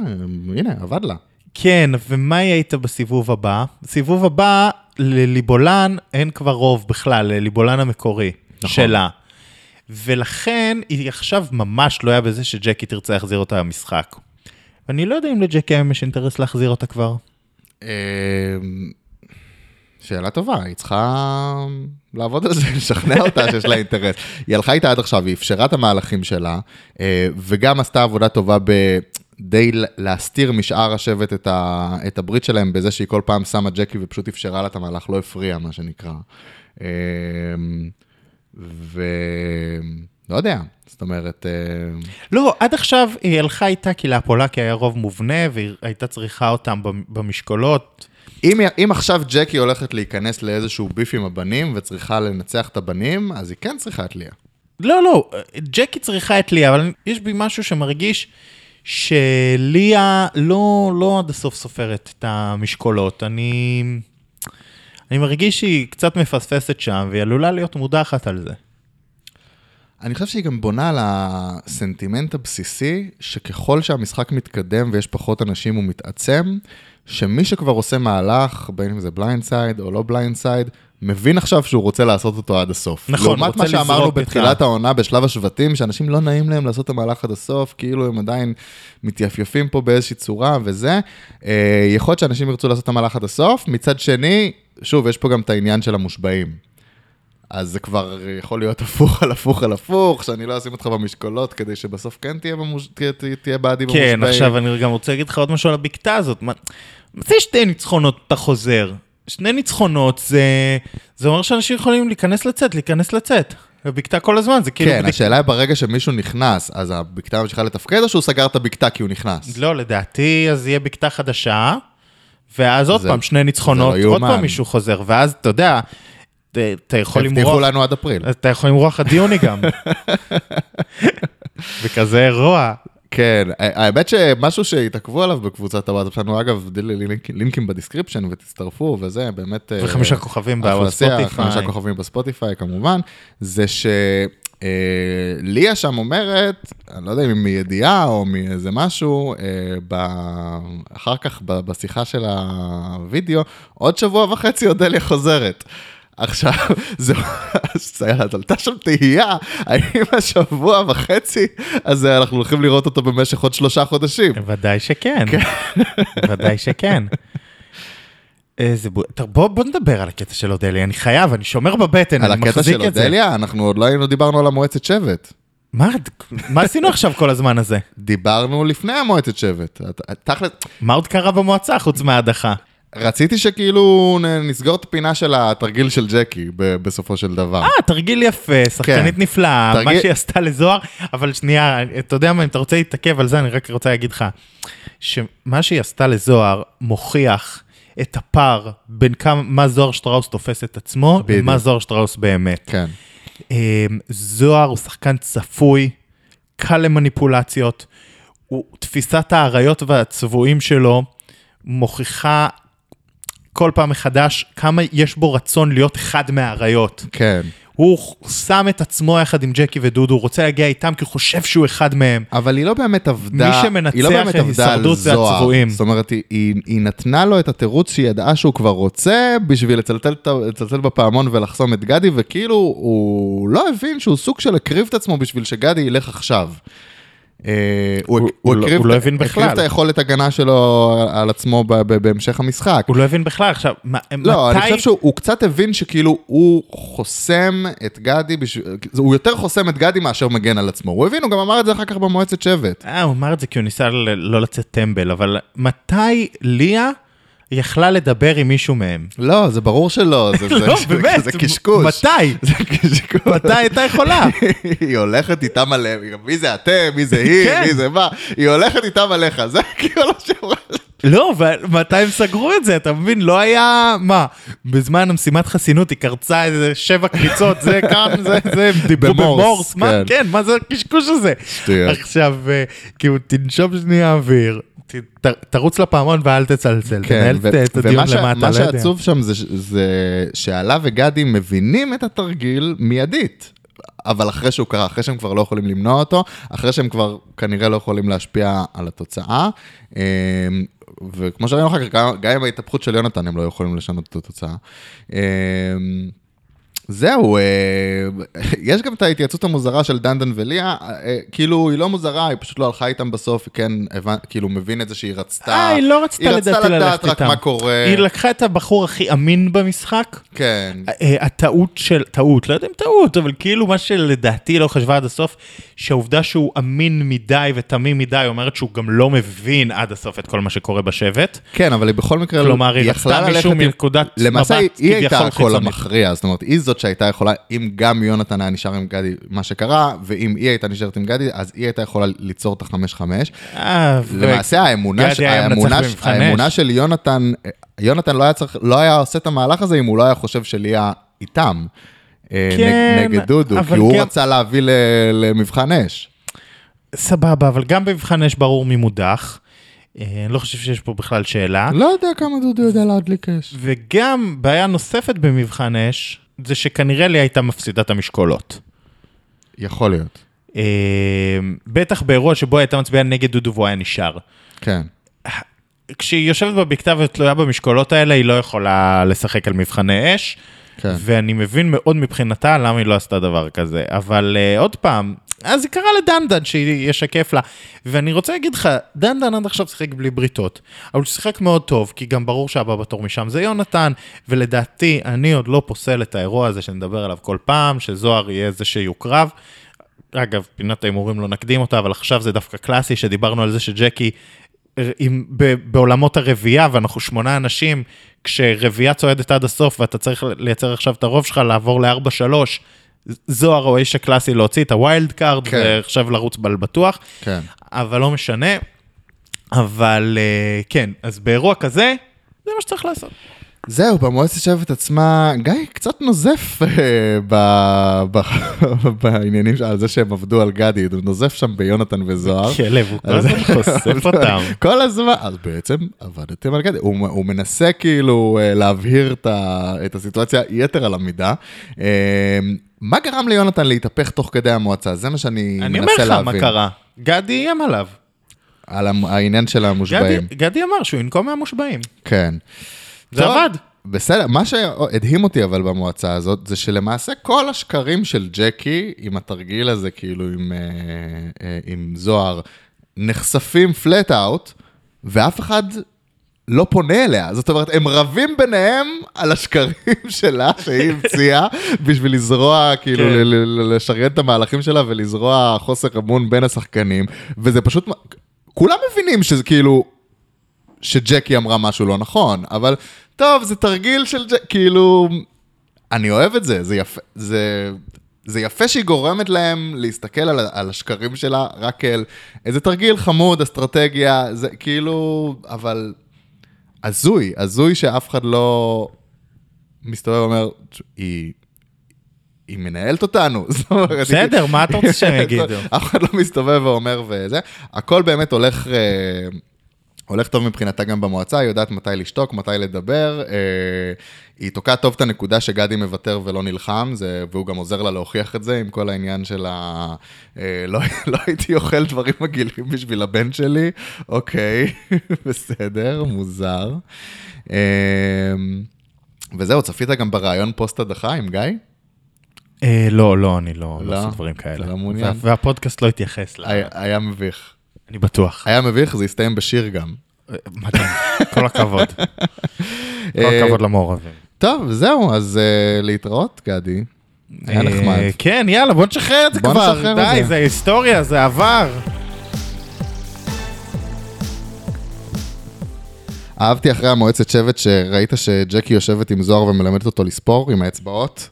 Speaker 2: הנה, עבד לה.
Speaker 3: כן, ומה היא הייתה בסיבוב הבא? בסיבוב הבא, לליבולן אין כבר רוב בכלל, לליבולן המקורי
Speaker 2: נכון.
Speaker 3: נכון. שלה. ולכן היא עכשיו ממש תלויה בזה שג'קי תרצה להחזיר אותה למשחק. ואני לא יודע אם לג'קי היום יש אינטרס להחזיר אותה כבר.
Speaker 2: אה, שאלה טובה, היא צריכה לעבוד על זה, [laughs] לשכנע אותה שיש לה אינטרס. היא הלכה איתה עד עכשיו, היא אפשרה את המהלכים שלה, אה, וגם עשתה עבודה טובה ב... די להסתיר משאר השבט את, ה... את הברית שלהם בזה שהיא כל פעם שמה ג'קי ופשוט אפשרה לה את המהלך, לא הפריעה, מה שנקרא. אה, ו... לא יודע, זאת אומרת... אה,
Speaker 3: לא, עד עכשיו היא הלכה איתה כי לאפולקי היה רוב מובנה, והיא הייתה צריכה אותם במ- במשקולות.
Speaker 2: אם, אם עכשיו ג'קי הולכת להיכנס לאיזשהו ביף עם הבנים וצריכה לנצח את הבנים, אז היא כן צריכה את ליה.
Speaker 3: לא, לא, ג'קי צריכה את ליה, אבל יש בי משהו שמרגיש שליה לא, לא עד הסוף סופרת את המשקולות. אני, אני מרגיש שהיא קצת מפספסת שם, והיא עלולה להיות מודחת על זה.
Speaker 2: אני חושב שהיא גם בונה על הסנטימנט הבסיסי, שככל שהמשחק מתקדם ויש פחות אנשים הוא מתעצם, שמי שכבר עושה מהלך, בין אם זה בליינד סייד או לא בליינד סייד, מבין עכשיו שהוא רוצה לעשות אותו עד הסוף.
Speaker 3: נכון, הוא
Speaker 2: לעומת
Speaker 3: רוצה
Speaker 2: מה שאמרנו
Speaker 3: לזרוק את
Speaker 2: בתחילת
Speaker 3: ה-
Speaker 2: העונה בשלב השבטים, שאנשים לא נעים להם לעשות את המהלך עד הסוף, כאילו הם עדיין מתייפייפים פה באיזושהי צורה וזה. אה, יכול להיות שאנשים ירצו לעשות את המהלך עד הסוף, מצד שני, שוב, יש פה גם את העניין של המושבעים. אז זה כבר יכול להיות הפוך על הפוך על הפוך, שאני לא אשים אותך במשקולות כדי שבסוף כן תהיה, במוש... תה, תה, תהיה בעדי במושבעים.
Speaker 3: כן, עכשיו אני גם רוצה להגיד לך עוד משהו על הבקתה הזאת. מה מה זה שתי ניצחונות אתה חוזר? שני ניצחונות זה... זה אומר שאנשים יכולים להיכנס לצאת, להיכנס לצאת. הבקתה כל הזמן, זה כאילו...
Speaker 2: כן,
Speaker 3: בדיק-
Speaker 2: השאלה היא ברגע שמישהו נכנס, אז הבקתה ממשיכה לתפקד או שהוא סגר את הבקתה כי הוא נכנס?
Speaker 3: לא, לדעתי אז יהיה בקתה חדשה, ואז עוד
Speaker 2: זה-
Speaker 3: פעם שני ניצחונות,
Speaker 2: זה לא
Speaker 3: עוד
Speaker 2: יאומן.
Speaker 3: פעם מישהו חוזר, ואז אתה יודע, ת- אתה יכול
Speaker 2: הבטיחו
Speaker 3: למרוח,
Speaker 2: לנו עד אפריל.
Speaker 3: אתה יכול למרוח עד יוני
Speaker 2: [laughs]
Speaker 3: גם. וכזה רוע.
Speaker 2: כן, ה- האמת שמשהו שהתעכבו עליו בקבוצת הוואטסאפ שלנו, אגב, די- לי- לינק- לינקים בדיסקריפשן ותצטרפו וזה, באמת... אה,
Speaker 3: וחמישה כוכבים
Speaker 2: אחלה שיח,
Speaker 3: בספוטיפיי.
Speaker 2: חמישה כוכבים בספוטיפיי כמובן, זה ש... אה, ליה שם אומרת, אני לא יודע אם מידיעה או מאיזה משהו, אה, ב... אחר כך ב... בשיחה של הוידאו, עוד שבוע וחצי אודליה חוזרת. עכשיו, [laughs] זה ממש, עלתה שם תהייה, האם השבוע וחצי הזה אנחנו הולכים לראות אותו במשך עוד שלושה חודשים.
Speaker 3: ודאי שכן, ודאי שכן. איזה בו... טוב, בוא, בוא נדבר על הקטע של אודליה, אני חייב, אני שומר בבטן,
Speaker 2: על
Speaker 3: אני מחזיק
Speaker 2: הקטע
Speaker 3: את זה.
Speaker 2: של אודליה, אנחנו עוד לא היינו דיברנו על המועצת שבט.
Speaker 3: מה, מה עשינו עכשיו כל הזמן הזה?
Speaker 2: דיברנו לפני המועצת שבט. את- תכל'ס,
Speaker 3: מה עוד קרה במועצה חוץ מההדחה?
Speaker 2: רציתי שכאילו נ- נסגור את הפינה של התרגיל של ג'קי ב- בסופו של דבר.
Speaker 3: אה, תרגיל יפה, שחקנית
Speaker 2: כן.
Speaker 3: נפלאה,
Speaker 2: תרגיל-
Speaker 3: מה שהיא עשתה לזוהר, אבל שנייה, אתה יודע מה, אם אתה רוצה להתעכב על זה, אני רק רוצה להגיד לך, שמה שהיא עשתה לזוהר מוכיח את הפער בין כמה, מה זוהר שטראוס תופס את עצמו,
Speaker 2: בדיוק.
Speaker 3: למה זוהר שטראוס באמת.
Speaker 2: כן.
Speaker 3: אמ, זוהר הוא שחקן צפוי, קל למניפולציות, הוא, תפיסת האריות והצבועים שלו מוכיחה כל פעם מחדש כמה יש בו רצון להיות אחד מהאריות.
Speaker 2: כן.
Speaker 3: הוא שם את עצמו יחד עם ג'קי ודודו, הוא רוצה להגיע איתם כי הוא חושב שהוא אחד מהם.
Speaker 2: אבל היא לא באמת עבדה,
Speaker 3: מי שמנצח
Speaker 2: היא לא באמת
Speaker 3: את
Speaker 2: עבדה על
Speaker 3: הישרדות זה
Speaker 2: זוהר.
Speaker 3: הצבועים.
Speaker 2: זאת אומרת, היא, היא, היא נתנה לו את התירוץ שהיא ידעה שהוא כבר רוצה, בשביל לצלצל, את ה- לצלצל בפעמון ולחסום את גדי, וכאילו הוא לא הבין שהוא סוג של הקריב את עצמו בשביל שגדי ילך עכשיו. אה, הוא,
Speaker 3: הוא- הוא לא- הוא לא הבין בכלל.
Speaker 2: הקריב את היכולת הגנה שלו על- על עצמו ב- ב- בהמשך המשחק.
Speaker 3: הוא לא הבין בכלל עכשיו, מה-
Speaker 2: לא,
Speaker 3: מתי...
Speaker 2: אני חושב שהוא הוא קצת הבין שכאילו הוא חוסם את גדי, בשביל- הוא יותר חוסם את גדי מאשר מגן על עצמו. הוא הבין, הוא גם אמר את זה אחר כך במועצת שבט.
Speaker 3: אה, הוא אמר את זה כי הוא ניסה ל- לא לצאת טמבל, אבל מתי ליה יכלה לדבר עם מישהו מהם?
Speaker 2: לא, זה ברור שלא, [laughs] זה- זה
Speaker 3: לא,
Speaker 2: זה-
Speaker 3: באמת,
Speaker 2: זה קשקוש.
Speaker 3: [laughs] מתי?
Speaker 2: זה קשקוש.
Speaker 3: מתי הייתה יכולה?
Speaker 2: [laughs] היא הולכת איתם עליהם, מי זה אתם, מי זה היא,
Speaker 3: כן.
Speaker 2: מי זה מה, היא הולכת איתם עליך, זה [laughs] כאילו לא שאומר.
Speaker 3: [laughs] לא, אבל מתי הם סגרו את זה? אתה מבין? לא היה... מה? בזמן המשימת חסינות היא קרצה איזה שבע קריצות, זה כאן, זה, זה,
Speaker 2: [laughs]
Speaker 3: הם דיברו
Speaker 2: במורס,
Speaker 3: במורס. מה?
Speaker 2: כן.
Speaker 3: כן, מה זה הקשקוש הזה?
Speaker 2: שטויות.
Speaker 3: עכשיו, אה, כאילו, תנשום שנייה אוויר, ת- ת- תרוץ לפעמון ואל תצלצל, תנהל את- כן, את הדיון
Speaker 2: כן, ומה ש-
Speaker 3: למטה,
Speaker 2: מה
Speaker 3: לא יודע.
Speaker 2: שעצוב שם זה, ש- זה שעלה וגדי מבינים את התרגיל מיידית. אבל אחרי שהוא קרה, אחרי שהם כבר לא יכולים למנוע אותו, אחרי שהם כבר כנראה לא יכולים להשפיע על התוצאה. אמ, וכמו שראינו אחר כך, גם- גם עם ההתהפכות של יונתן הם לא יכולים לשנות את התוצאה. אמ, זהו, אה, יש גם את ההתייעצות המוזרה של דנדן וליה, אה, כאילו היא לא מוזרה, היא פשוט לא הלכה איתם בסוף, היא כן, הבנ- כאילו מבין את זה שהיא רצתה.
Speaker 3: אה, היא לא רצתה
Speaker 2: היא רצתה
Speaker 3: לדעתי
Speaker 2: לדעת
Speaker 3: ללכת
Speaker 2: רק
Speaker 3: איתם.
Speaker 2: מה קורה.
Speaker 3: היא לקחה את הבחור הכי אמין במשחק,
Speaker 2: כן,
Speaker 3: אה, הטעות של, טעות, לא יודע אם טעות, אבל כאילו מה שלדעתי לא חשבה עד הסוף, שהעובדה שהוא אמין מדי ותמים מדי אומרת שהוא גם לא מבין עד הסוף את כל מה שקורה בשבט.
Speaker 2: כן, אבל היא בכל מקרה,
Speaker 3: כלומר, היא
Speaker 2: יכלה
Speaker 3: רצתה
Speaker 2: ללכת
Speaker 3: מישהו
Speaker 2: עם-
Speaker 3: מנקודת
Speaker 2: למעשה היא
Speaker 3: מבט
Speaker 2: היא הייתה
Speaker 3: כביכול
Speaker 2: הקול
Speaker 3: חיצונית.
Speaker 2: המכריע, זאת אומרת, היא זאת שהייתה יכולה, אם גם יונתן היה נשאר עם גדי, מה שקרה, ואם היא הייתה נשארת עם גדי, אז היא הייתה יכולה ליצור את החמש-חמש.
Speaker 3: אה, ו-
Speaker 2: למעשה האמונה, ש...
Speaker 3: גדי היה מנצח
Speaker 2: האמונה, ש...
Speaker 3: במבחן אש.
Speaker 2: האמונה של יונתן, יונתן לא היה, צריך... לא היה עושה את המהלך הזה אם הוא לא היה חושב שליה איתם. אה,
Speaker 3: כן,
Speaker 2: נג- נגד דודו,
Speaker 3: אבל
Speaker 2: כי הוא
Speaker 3: גם-
Speaker 2: רצה להביא ל... למבחן אש.
Speaker 3: סבבה, אבל גם במבחן יש ברור מי מודח. אה, אני לא חושב שיש פה בכלל שאלה.
Speaker 2: לא יודע כמה דודו יודע להדליק אש.
Speaker 3: וגם בעיה נוספת במבחן אש, זה שכנראה לי הייתה מפסידה את המשקולות.
Speaker 2: יכול להיות,
Speaker 3: אה, בטח באירוע שבו הייתה מצביעה נגד דודו והוא היה נשאר.
Speaker 2: כן.
Speaker 3: כשהיא יושבת בבקתה ותלויה במשקולות האלה, היא לא יכולה לשחק על מבחני אש,
Speaker 2: כן.
Speaker 3: ואני מבין מאוד מבחינתה למה היא לא עשתה דבר כזה. אבל uh, עוד פעם, אז היא קראה לדנדן שישקף לה. ואני רוצה להגיד לך, דנדן עד עכשיו שיחק בלי בריתות, אבל הוא שיחק מאוד טוב, כי גם ברור שהבא בתור משם זה יונתן, ולדעתי, אני עוד לא פוסל את האירוע הזה שנדבר עליו כל פעם, שזוהר יהיה זה שיוקרב. אגב, פינת ההימורים לא נקדים אותה, אבל עכשיו זה דווקא קלאסי, שדיברנו על זה שג'קי עם, ב, בעולמות הרביעייה, ואנחנו שמונה אנשים, כשרביעייה צועדת עד הסוף ואתה צריך לייצר עכשיו את הרוב שלך, לעבור ל-4-3, זוהר או האיש הקלאסי להוציא את הווילד קארד,
Speaker 2: כן.
Speaker 3: כן. ועכשיו לרוץ בל בטוח,
Speaker 2: כן.
Speaker 3: אבל לא משנה. אבל אה, כן, אז באירוע כזה, זה מה שצריך לעשות.
Speaker 2: זהו, במועצת שבט עצמה, גיא קצת נוזף אה, ב- ב- [laughs] בעניינים, ש- על זה שהם עבדו על גדי, הוא נוזף שם ביונתן וזוהר.
Speaker 3: כלב, הוא כל
Speaker 2: אוקיי. אז-
Speaker 3: הזמן כן,
Speaker 2: [laughs]
Speaker 3: [laughs] חושף אותם.
Speaker 2: כל הזמן, אז בעצם עבדתם על גדי. הוא, הוא מנסה כאילו אה, להבהיר את, ה, את הסיטואציה יתר על המידה. אה, מה גרם ליונתן להתהפך תוך כדי המועצה? זה מה שאני
Speaker 3: אני
Speaker 2: מנסה
Speaker 3: אומר
Speaker 2: להבין.
Speaker 3: לך מה קרה, גדי איים עליו.
Speaker 2: על המ- העניין של
Speaker 3: גדי,
Speaker 2: המושבעים.
Speaker 3: גדי אמר שהוא ינקום מהמושבעים.
Speaker 2: כן.
Speaker 3: זה
Speaker 2: טוב,
Speaker 3: עבד.
Speaker 2: בסדר, מה שהדהים אותי אבל במועצה הזאת, זה שלמעשה כל השקרים של ג'קי, עם התרגיל הזה, כאילו עם, אה, אה, עם זוהר, נחשפים פלט אאוט, ואף אחד לא פונה אליה. זאת אומרת, הם רבים ביניהם על השקרים [laughs] שלה שהיא המציאה, בשביל לזרוע, כאילו,
Speaker 3: כן.
Speaker 2: ל- ל- ל- לשרת את המהלכים שלה ולזרוע חוסר אמון בין השחקנים, וזה פשוט... כולם מבינים שזה כאילו, שג'קי אמרה משהו לא נכון, אבל טוב, זה תרגיל של ג'ק, כאילו, אני אוהב את זה, זה יפה, זה, זה יפה שהיא גורמת להם להסתכל על, ה- על השקרים שלה, רק כאל איזה תרגיל חמוד, אסטרטגיה, זה כאילו, אבל הזוי, הזוי שאף אחד לא מסתובב ואומר, "תש- היא... היא מנהלת אותנו, [laughs] זאת אומרת, היא-
Speaker 3: בסדר, מה אתה
Speaker 2: [laughs]
Speaker 3: רוצה שהם יגידו?
Speaker 2: אף אחד לא מסתובב ואומר וזה. הכל באמת הולך, אה, הולך טוב מבחינתה גם במועצה, היא יודעת מתי לשתוק, מתי לדבר. אה, היא תוקעת טוב את הנקודה שגדי מוותר ולא נלחם, זה, והוא גם עוזר לה להוכיח את זה עם כל העניין של ה... אה, לא, לא הייתי אוכל דברים מגעילים בשביל הבן שלי, אוקיי, [laughs] בסדר, מוזר. אה, וזהו, צפית גם בריאיון פוסט הדחה עם גיא?
Speaker 3: אה, לא, לא, אני לא
Speaker 2: לא?
Speaker 3: לא עושה דברים כאלה.
Speaker 2: אתה לא מעוניין? אה.
Speaker 3: וה- והפודקאסט לא התייחס לה,
Speaker 2: היה, היה מביך.
Speaker 3: אני בטוח.
Speaker 2: היה מביך, זה הסתיים בשיר גם.
Speaker 3: אה, מדהים, [laughs] כל הכבוד. כל
Speaker 2: אה,
Speaker 3: הכבוד למעורבים.
Speaker 2: טוב, זהו, אז uh, להתראות, גדי. היה
Speaker 3: אה,
Speaker 2: נחמד.
Speaker 3: כן, יאללה, בוא נשחרר את זה
Speaker 2: בוא
Speaker 3: כבר.
Speaker 2: נשחרר את
Speaker 3: די,
Speaker 2: זה.
Speaker 3: זה היסטוריה, זה עבר.
Speaker 2: אהבתי אחרי המועצת שבט שראית שג'קי יושבת עם זוהר ומלמדת אותו לספור עם האצבעות.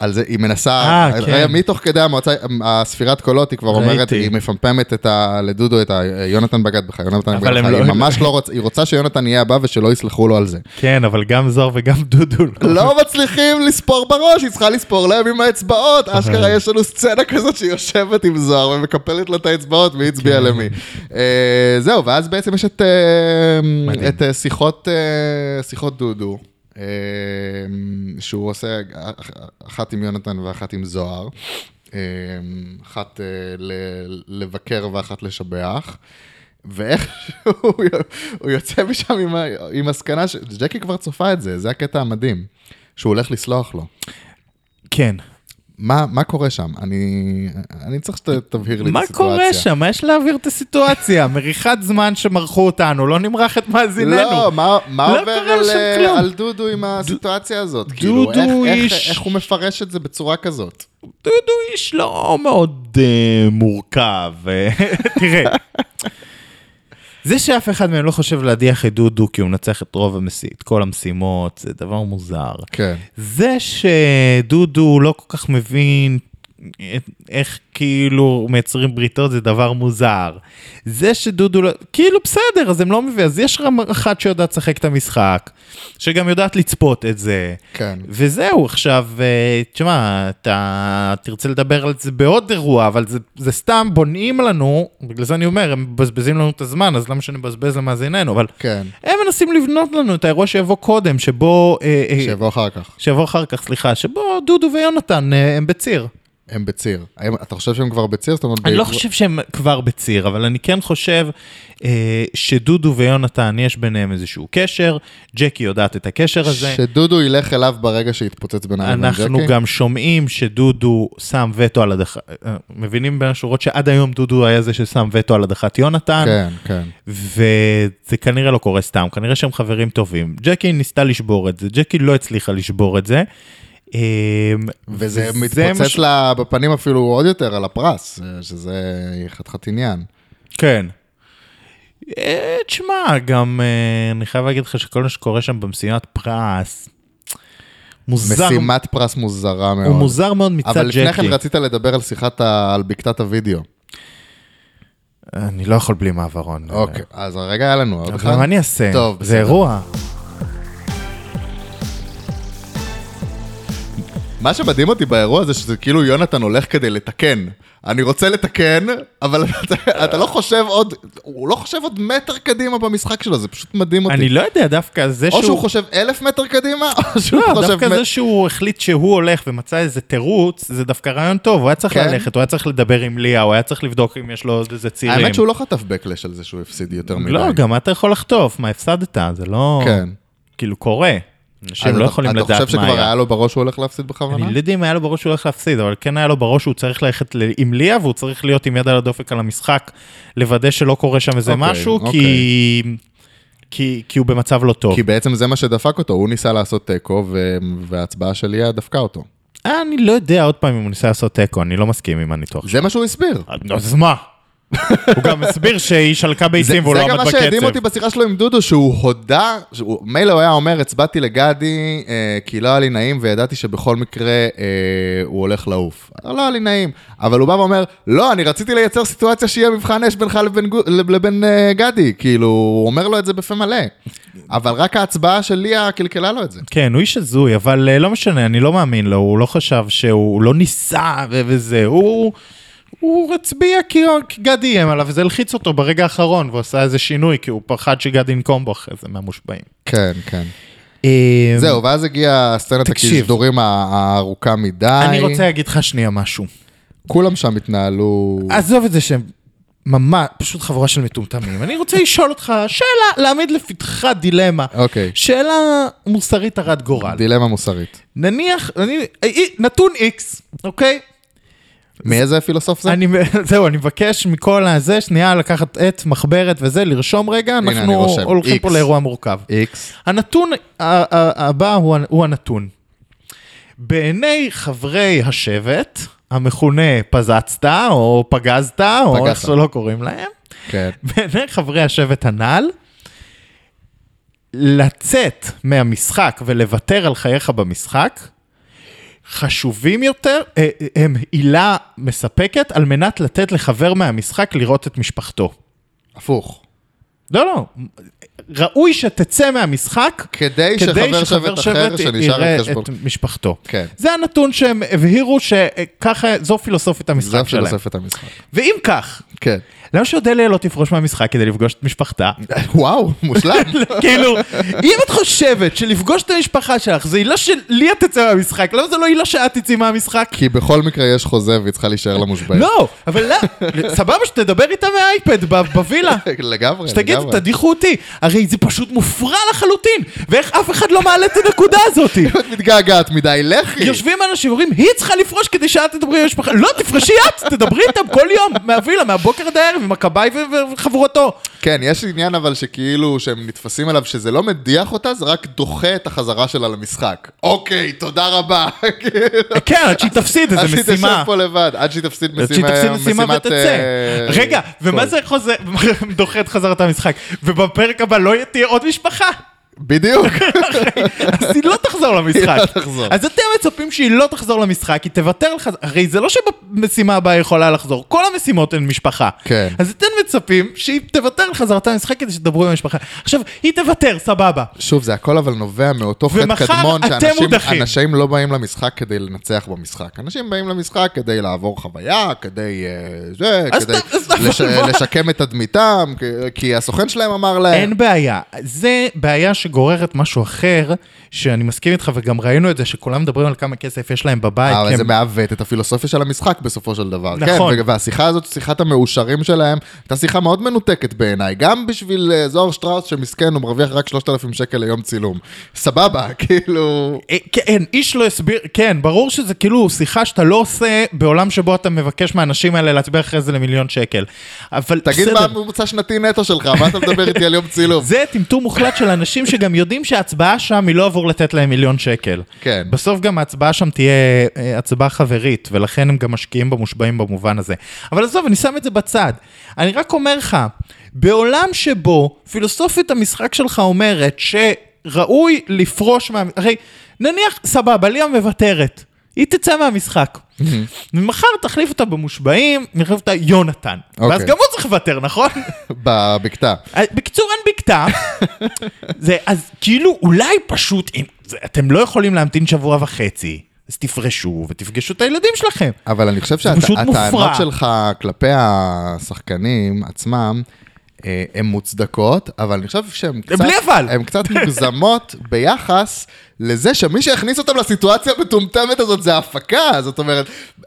Speaker 2: על זה, היא מנסה,
Speaker 3: אה, כן.
Speaker 2: מתוך כדי המועצה, אה, הספירת קולות, היא כבר אומרת,
Speaker 3: ראיתי.
Speaker 2: היא מפמפמת את ה, לדודו, את ה, יונתן בגד בך, יונתן
Speaker 3: אבל
Speaker 2: בגד
Speaker 3: הם
Speaker 2: בך,
Speaker 3: לא-
Speaker 2: היא ממש לא רוצה, היא רוצה שיונתן יהיה הבא ושלא יסלחו לו על זה.
Speaker 3: כן, אבל גם זוהר וגם [laughs] דודו. לא.
Speaker 2: לא מצליחים לספור בראש, היא צריכה לספור להם עם האצבעות. אשכרה יש לנו סצנה כזאת שהיא יושבת עם זוהר ומקפלת לו את האצבעות מי הצביע למי. אה, זהו, ואז בעצם יש את אה,
Speaker 3: מדהים.
Speaker 2: את, אה, שיחות אה, שיחות דודו, אה, שהוא עושה אה, אחת עם יונתן ואחת עם זוהר. אה, אחת אה, ל- לבקר ואחת לשבח. ואיכשהו הוא יוצא משם עם, ה- עם הסקנה, ש- ג'קי כבר צופה את זה, זה הקטע המדהים, שהוא הולך לסלוח לו.
Speaker 3: כן.
Speaker 2: מה, מה קורה שם? אני, אני צריך שתבהיר לי
Speaker 3: מה
Speaker 2: את הסיטואציה.
Speaker 3: קורה שם? מה יש להעביר את הסיטואציה? מריחת זמן שמרחו אותנו, לא נמרח את מאזיננו.
Speaker 2: לא, מה, מה
Speaker 3: לא
Speaker 2: עובר
Speaker 3: קרה
Speaker 2: על,
Speaker 3: שם
Speaker 2: אה,
Speaker 3: כלום.
Speaker 2: על דודו עם הסיטואציה הזאת? כאילו,
Speaker 3: דודו
Speaker 2: איך, איך,
Speaker 3: איש-
Speaker 2: איך הוא מפרש את זה בצורה כזאת?
Speaker 3: דודו איש לא מאוד אה, מורכב. אה, [laughs] תראה, זה שאף אחד מהם לא חושב להדיח את דודו כי הוא מנצח את רוב המשימות, את כל המשימות, זה דבר מוזר.
Speaker 2: כן.
Speaker 3: זה שדודו לא כל כך מבין את- איך כאילו מייצרים בריתות זה דבר מוזר. זה שדודו לא... כאילו בסדר, אז הם לא מבינים. אז יש רמה אחת שיודעת לשחק את המשחק, שגם יודעת לצפות את זה.
Speaker 2: כן.
Speaker 3: וזהו, עכשיו, אה, תשמע, אתה תרצה לדבר על זה בעוד אירוע, אבל זה, זה סתם בונעים לנו, בגלל זה אני אומר, הם מבזבזים לנו את הזמן, אז למה שנבזבז למאזיננו? אבל
Speaker 2: כן,
Speaker 3: הם מנסים לבנות לנו את האירוע שיבוא קודם, שבו... אה, אה,
Speaker 2: שיבוא אחר כך.
Speaker 3: שיבוא אחר כך, סליחה, שבו דודו ויונתן אה, הם בציר.
Speaker 2: הם בציר. האם, אתה חושב שהם כבר בציר? זאת אומרת,
Speaker 3: אני לא
Speaker 2: בעקבות-
Speaker 3: חושב שהם כבר בציר, אבל אני כן חושב אה, שדודו ויונתן, יש ביניהם איזשהו קשר, ג'קי יודעת את הקשר הזה.
Speaker 2: שדודו ילך אליו ברגע שיתפוצץ בין איירון
Speaker 3: אנחנו
Speaker 2: ג'קי?
Speaker 3: גם שומעים שדודו שם וטו על הדחת, מבינים בין השורות שעד היום דודו היה זה ששם וטו על הדחת יונתן,
Speaker 2: כן, כן.
Speaker 3: וזה כנראה לא קורה סתם, כנראה שהם חברים טובים. ג'קי ניסתה לשבור את זה, ג'קי לא הצליחה לשבור את זה. אה,
Speaker 2: וזה
Speaker 3: וזה מה
Speaker 2: מתפוצץ
Speaker 3: ש-
Speaker 2: לה בפנים אפילו עוד יותר על הפרס, שזה חתיכת עניין.
Speaker 3: כן. אה, תשמע, גם אה, אני חייב להגיד לך שכל מה שקורה שם במשימת פרס, מוזר,
Speaker 2: משימת פרס מוזרה מאוד.
Speaker 3: הוא מוזר מאוד מצד ג'קי. אה.
Speaker 2: אבל לפני כן רצית לדבר על שיחת, ה... על בקתת הוידאו.
Speaker 3: אני לא יכול בלי מעברון.
Speaker 2: אוקיי, אז הרגע היה לנו עוד
Speaker 3: אבל מה אני אעשה?
Speaker 2: נכון. טוב,
Speaker 3: זה אירוע.
Speaker 2: מה שמדהים אותי באירוע זה שזה כאילו יונתן הולך כדי לתקן. אני רוצה לתקן, אבל [laughs] אתה, אתה לא חושב עוד, הוא לא חושב עוד מטר קדימה במשחק שלו, זה פשוט מדהים אותי.
Speaker 3: אני לא יודע, דווקא זה
Speaker 2: או שהוא
Speaker 3: שהוא...
Speaker 2: חושב אלף מטר קדימה, או שהוא
Speaker 3: לא,
Speaker 2: חושב...
Speaker 3: דווקא
Speaker 2: מ-
Speaker 3: זה שהוא החליט שהוא הולך ומצא איזה תירוץ, זה דווקא רעיון טוב, הוא היה צריך
Speaker 2: כן.
Speaker 3: ללכת, הוא היה צריך לדבר עם ליה, הוא היה צריך לבדוק אם יש לו עוד איזה צירים.
Speaker 2: האמת שהוא לא חטף backlash על זה שהוא הפסיד יותר מדי.
Speaker 3: לא, גם אתה יכול לחטוף, מה הפסדת? זה לא...
Speaker 2: כן.
Speaker 3: כאילו קורה. אנשים
Speaker 2: אז
Speaker 3: לא
Speaker 2: אתה-
Speaker 3: יכולים לדעת מה
Speaker 2: אתה
Speaker 3: היה.
Speaker 2: חושב שכבר היה לו בראש שהוא הולך להפסיד בכוונה?
Speaker 3: אני לא יודע אם היה לו בראש שהוא הולך להפסיד, אבל כן היה לו בראש שהוא צריך ללכת ל- עם ליה, והוא צריך להיות עם יד על הדופק על המשחק, לוודא שלא קורה שם איזה
Speaker 2: אוקיי,
Speaker 3: משהו,
Speaker 2: אוקיי.
Speaker 3: כי... כי, כי הוא במצב לא טוב.
Speaker 2: כי בעצם זה מה שדפק אותו, הוא ניסה לעשות תיקו, ו- וההצבעה של ליה דפקה אותו.
Speaker 3: אה, אני לא יודע עוד פעם אם הוא ניסה לעשות תיקו, אני לא מסכים
Speaker 2: [laughs]
Speaker 3: עם הניתוח.
Speaker 2: זה מה שהוא הסביר.
Speaker 3: שלו. אז מה? הוא גם הסביר שהיא שלקה
Speaker 2: זה,
Speaker 3: ביצים והוא
Speaker 2: זה
Speaker 3: לא עמד
Speaker 2: גם מה
Speaker 3: בקצב.
Speaker 2: שהדהים אותי בשיחה שלו עם דודו, שהוא הודה, שהוא- מילא הוא היה אומר, הצבעתי לגדי אה, כי לא היה לי נעים וידעתי שבכל מקרה אה, הוא הולך לעוף. לא היה לי נעים, אבל הוא בא ואומר, לא, אני רציתי לייצר סיטואציה שיהיה מבחן אש בינך לבין, גו- לבין אה, גדי, כאילו, הוא אומר לו את זה בפה מלא. אבל רק ההצבעה של ליה קלקלה לו את זה.
Speaker 3: כן, הוא איש הזוי, אבל אה, לא משנה, אני לא מאמין לו, הוא לא חשב שהוא הוא לא ניסה ו- וזה, הוא... הוא הצביע כי כי גדי איים עליו, וזה הלחיץ אותו ברגע האחרון, והוא עשה איזה שינוי, כי הוא פחד שגדי ינקום בו אחרי זה מהמושבעים.
Speaker 2: כן, כן. זהו, ואז הגיעה סצנת
Speaker 3: תקשיב.
Speaker 2: הכישדורים ה- הארוכה מדי.
Speaker 3: אמ, אני רוצה להגיד לך שנייה משהו.
Speaker 2: כולם שם התנהלו...
Speaker 3: עזוב את זה שהם ממש, פשוט חבורה של מטומטמים. אני רוצה לשאול אותך שאלה, להעמיד לפתחך דילמה.
Speaker 2: אוקיי.
Speaker 3: שאלה מוסרית הרת גורל.
Speaker 2: דילמה מוסרית.
Speaker 3: נניח, אני- אי- נתון X, אוקיי?
Speaker 2: מאיזה פילוסוף זה?
Speaker 3: אני, [laughs] זהו, אני מבקש מכל הזה, שנייה לקחת עט, מחברת וזה, לרשום רגע,
Speaker 2: אני
Speaker 3: אנחנו
Speaker 2: רושם,
Speaker 3: הולכים
Speaker 2: X.
Speaker 3: פה לאירוע מורכב.
Speaker 2: איקס.
Speaker 3: הנתון ה- ה- הבא הוא הנ- הוא הנתון. בעיני חברי השבט, המכונה פזצת, או פגזת, או איך
Speaker 2: פגזת.
Speaker 3: שלא קוראים להם,
Speaker 2: כן.
Speaker 3: בעיני חברי השבט הנ"ל, לצאת מהמשחק ולוותר על חייך במשחק, חשובים יותר, אה, אה, הם עילה מספקת על מנת לתת לחבר מהמשחק לראות את משפחתו.
Speaker 2: הפוך.
Speaker 3: לא, לא, ראוי שתצא מהמשחק
Speaker 2: כדי שחבר כן, שבט אחר שנשאר
Speaker 3: יראה
Speaker 2: על חשבון.
Speaker 3: את משפחתו.
Speaker 2: כן.
Speaker 3: זה הנתון שהם הבהירו שככה, זו פילוסופית
Speaker 2: זה
Speaker 3: המשחק שלהם.
Speaker 2: הפילוסופת המשחק.
Speaker 3: ואם כך,
Speaker 2: כן.
Speaker 3: למה שאודליה לא תפרוש מהמשחק כדי לפגוש את משפחתה?
Speaker 2: וואו, מושלם.
Speaker 3: [laughs] כאילו, אם את חושבת שלפגוש את המשפחה שלך זה עילה שלי את תצא מהמשחק, למה זה לא עילה שאת תצאי מהמשחק?
Speaker 2: כי בכל מקרה יש חוזה והיא צריכה להישאר למושבעים.
Speaker 3: לא, אבל לא, סבבה שתדבר איתה מהאייפד ב- בווילה.
Speaker 2: כן, לגמרי,
Speaker 3: שתגיד,
Speaker 2: לגמרי.
Speaker 3: תדיחו אותי, הרי זה פשוט מופרע לחלוטין, ואיך אף אחד לא מעלה את הנקודה הזאתי.
Speaker 2: את מתגעגעת מדי, לכי.
Speaker 3: יושבים אנשים ואומרים, היא צריכה לפרוש כדי שאת תדברי עם המשפחה, לא, תפרשי את, תדברי איתם כל יום, מהווילה, מהבוקר עד הערב, עם הכבאי ו-
Speaker 2: [laughs]
Speaker 3: וחבורתו.
Speaker 2: כן, יש עניין אבל שכאילו, שהם נתפסים אליו, שזה לא מדיח אותה, זה רק דוחה את החזרה שלה למשחק. אוקיי, תודה רבה.
Speaker 3: כן, עד שהיא תפסיד
Speaker 2: עד
Speaker 3: איזה
Speaker 2: שהיא תשב
Speaker 3: משימה.
Speaker 2: פה לבד, עד שהיא תפסיד
Speaker 3: אז שהיא
Speaker 2: משימה-
Speaker 3: תפסיד משימה
Speaker 2: משימת...
Speaker 3: ותצא.
Speaker 2: אה,
Speaker 3: רגע, ומה
Speaker 2: קול.
Speaker 3: זה [laughs] חוזר, דוחה את חזרת המשחק, ובפרק הבא לא תהיה עוד
Speaker 2: [laughs]
Speaker 3: משפחה?
Speaker 2: בדיוק.
Speaker 3: [laughs] אז היא לא תחזור למשחק.
Speaker 2: לא תחזור.
Speaker 3: אז אתם מצפים שהיא לא תחזור למשחק, היא תוותר על חזרה, הרי זה לא שבמשימה הבאה היא יכולה לחזור, כל המשימות הן משפחה.
Speaker 2: כן.
Speaker 3: אז אתם מצפים שהיא תוותר על חזרתה למשחק כדי שתדברו עם המשפחה. עכשיו, היא תוותר, סבבה.
Speaker 2: שוב, זה הכל אבל נובע מאותו חטא
Speaker 3: ומחר
Speaker 2: קדמון,
Speaker 3: אתם מודחים.
Speaker 2: שאנשים אנשים לא באים למשחק כדי לנצח במשחק. אנשים באים למשחק כדי לעבור חוויה, כדי אה, זה,
Speaker 3: אז
Speaker 2: כדי
Speaker 3: ת- אז אבל
Speaker 2: לש-
Speaker 3: מה?
Speaker 2: אה. לשקם את תדמיתם, כי- כי הסוכן שלהם אמר להם.
Speaker 3: אין בעיה, זה בעיה שגוררת משהו אחר, שאני מסכים איתך, וגם ראינו את זה, שכולם מדברים על כמה כסף יש להם בבית. כי
Speaker 2: אה, אבל
Speaker 3: הם-
Speaker 2: זה מעוות את הפילוסופיה של המשחק בסופו של דבר.
Speaker 3: אה, כן. נכון.
Speaker 2: כן, ו- והשיחה הזאת, שיחת המאושרים שלהם, הייתה שיחה מאוד מנותקת בעיניי. גם בשביל אה, זוהר שטראוס, שמסכן, הוא מרוויח רק 3,000 שקל ליום צילום. סבבה, [laughs] כאילו...
Speaker 3: אה, כן, איש לא הסביר, כן, ברור שזה כאילו שיחה שאתה לא עושה בעולם שבו אתה מבקש מהאנשים האלה להצביע אחרי זה למיליון שקל. אבל
Speaker 2: תגיד
Speaker 3: בסדר.
Speaker 2: מה הממוצע שנתי נטו שלך, מה אתה מדבר איתי על יום צילום?
Speaker 3: זה טמטום מוחלט של אנשים שגם יודעים שההצבעה שם היא לא עבור לתת להם מיליון שקל.
Speaker 2: כן.
Speaker 3: בסוף גם ההצבעה שם תהיה אה, הצבעה חברית, ולכן הם גם משקיעים במושבעים במובן הזה. אבל עזוב, אני שם את זה בצד. אני רק אומר לך, בעולם שבו פילוסופית המשחק שלך אומרת שראוי לפרוש מה... הרי נניח, סבבה, ליה מוותרת. היא תצא מהמשחק. ומחר תחליף אותה במושבעים, נחליף אותה יונתן. ואז
Speaker 2: אוקיי.
Speaker 3: גם הוא צריך לוותר, נכון?
Speaker 2: בבקתה.
Speaker 3: אז אה, בקיצור, אין בקתה. זה, אז כאילו, אולי פשוט, אם, זה, אתם לא יכולים להמתין שבוע וחצי, אז תפרשו ותפגשו את הילדים שלכם.
Speaker 2: אבל אני חושב
Speaker 3: פשוט מופרע.
Speaker 2: שהטענות שלך כלפי השחקנים עצמם, אה, הן מוצדקות, אבל אני חושב שהן קצת,
Speaker 3: בלי אבל.
Speaker 2: הן קצת
Speaker 3: [laughs]
Speaker 2: מוגזמות ביחס לזה שמי שהכניס אותם לסיטואציה המטומטמת הזאת זה ההפקה, זאת אומרת,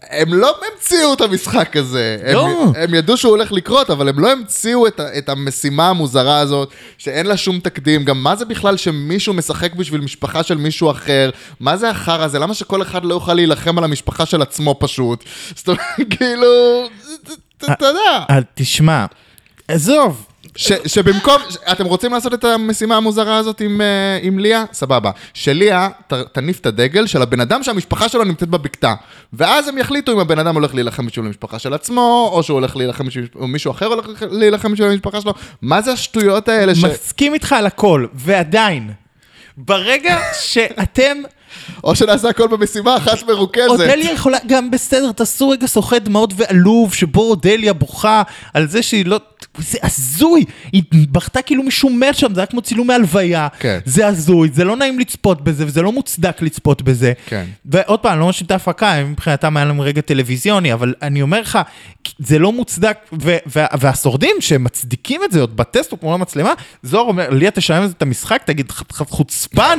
Speaker 2: הם לא המציאו את המשחק הזה. הם-
Speaker 3: לא.
Speaker 2: הם ידעו שהוא הולך לקרות, אבל הם לא המציאו את, ה- את המשימה המוזרה הזאת, שאין לה שום תקדים. גם מה זה בכלל שמישהו משחק בשביל משפחה של מישהו אחר? מה זה החרא הזה? למה שכל אחד לא יוכל להילחם על המשפחה של עצמו פשוט? זאת אומרת, [laughs] כאילו, ת- ת- אתה יודע.
Speaker 3: אז אה, תשמע, עזוב.
Speaker 2: ש, שבמקום, ש- אתם רוצים לעשות את המשימה המוזרה הזאת עם, אה, עם ליה? סבבה. שליה ת, תניף את הדגל של הבן אדם שהמשפחה שלו נמצאת בבקתה. ואז הם יחליטו אם הבן אדם הולך להילחם בשביל המשפחה של עצמו, או שהוא הולך להילחם בשביל, או מישהו אחר הולך להילחם בשביל המשפחה שלו. מה זה השטויות האלה ש...
Speaker 3: מסכים איתך על הכל, ועדיין, ברגע שאתם,
Speaker 2: או שנעשה הכל במשימה אחת מרוכזת.
Speaker 3: אודליה יכולה, גם בסדר, תעשו רגע סוחט דמעות ועלוב, שבו אודליה בוכה על זה שהיא לא... זה הזוי, היא בכתה כאילו מישהו מת שם, זה היה כמו צילום מהלוויה.
Speaker 2: כן.
Speaker 3: זה הזוי, זה לא נעים לצפות בזה, וזה לא מוצדק לצפות בזה.
Speaker 2: כן.
Speaker 3: ועוד פעם, אני לא מאשים את ההפקה, הם מבחינתם היה להם רגע טלוויזיוני, אבל אני אומר לך, זה לא מוצדק, ו- וה- והשורדים שמצדיקים את זה עוד בטסט או כמו המצלמה, זוהר אומר, ליה תשלם על זה את המשחק, תגיד, "ח- ח- חוצפן,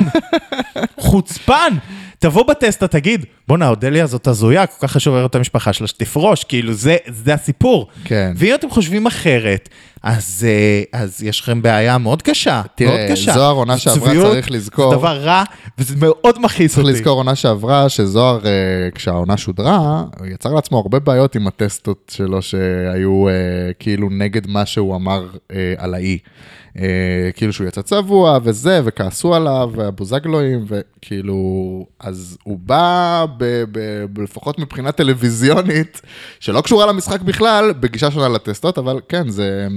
Speaker 3: חוצפן. תבוא בטסטה, תגיד, בואנה, אודליה זאת הזויה, כל כך חשוב לראות את המשפחה שלה שתפרוש, כאילו, זה, זה הסיפור.
Speaker 2: כן.
Speaker 3: ואם אתם חושבים אחרת, אז, אה, אז יש לכם בעיה מאוד קשה,
Speaker 2: תראה,
Speaker 3: מאוד קשה.
Speaker 2: זוהר עונה שעברה,
Speaker 3: צביעות,
Speaker 2: צריך לזכור.
Speaker 3: זה דבר רע, וזה מאוד מכעיס אותי.
Speaker 2: צריך לזכור עונה שעברה, שזוהר, אה, כשהעונה שודרה, הוא יצר לעצמו הרבה בעיות עם הטסטות שלו שהיו אה, כאילו נגד מה שהוא אמר אה, על האי. אה, כאילו שהוא יצא צבוע וזה, וכעסו עליו, והבוזגלואים, וכאילו, אז הוא בא, ב, ב, ב, לפחות מבחינה טלוויזיונית, שלא קשורה למשחק בכלל, בגישה שונה לטסטות, אבל כן, זה,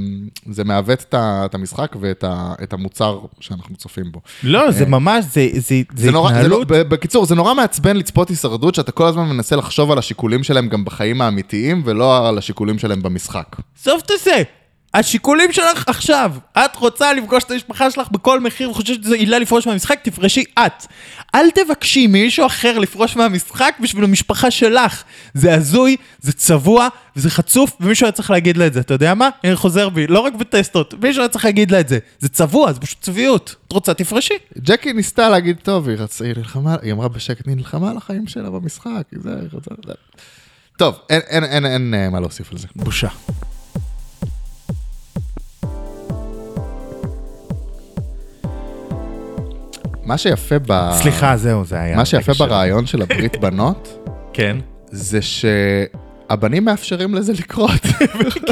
Speaker 2: זה מעוות את ה- את המשחק ואת ה- את המוצר שאנחנו צופים בו.
Speaker 3: לא, זה ממש, זה, זה, זה,
Speaker 2: אה. זה נורא, זה לא,
Speaker 3: התנהלות.
Speaker 2: ב- בקיצור, זה נורא מעצבן לצפות הישרדות, שאתה כל הזמן מנסה לחשוב על השיקולים שלהם גם בחיים האמיתיים, ולא על השיקולים שלהם במשחק.
Speaker 3: עזוב את זה. השיקולים שלך עכשיו, את רוצה לפגוש את המשפחה שלך בכל מחיר וחושבת שזו עילה לפרוש מהמשחק, תפרשי את. אל תבקשי ממישהו אחר לפרוש מהמשחק בשביל המשפחה שלך. זה הזוי, זה צבוע, וזה חצוף, ומישהו היה צריך להגיד לה את זה. אתה יודע מה? אני חוזר בי, לא רק בטסטות, מישהו היה צריך להגיד לה את זה. זה צבוע, זה פשוט צביעות. את רוצה, תפרשי.
Speaker 2: ג'קי ניסתה להגיד, טוב, היא רצה, היא נלחמה, היא אמרה בשקט, היא נלחמה על החיים שלה במשחק, היא זה, היא רוצה... זה." טוב, אין, אין, אין, אין, אה, מה להוסיף על זה.
Speaker 3: בושה.
Speaker 2: מה שיפה ב...
Speaker 3: סליחה, זהו, זה היה.
Speaker 2: מה שיפה
Speaker 3: רגע של-
Speaker 2: ברעיון של הברית בנות,
Speaker 3: כן.
Speaker 2: זה שהבנים מאפשרים לזה לקרות.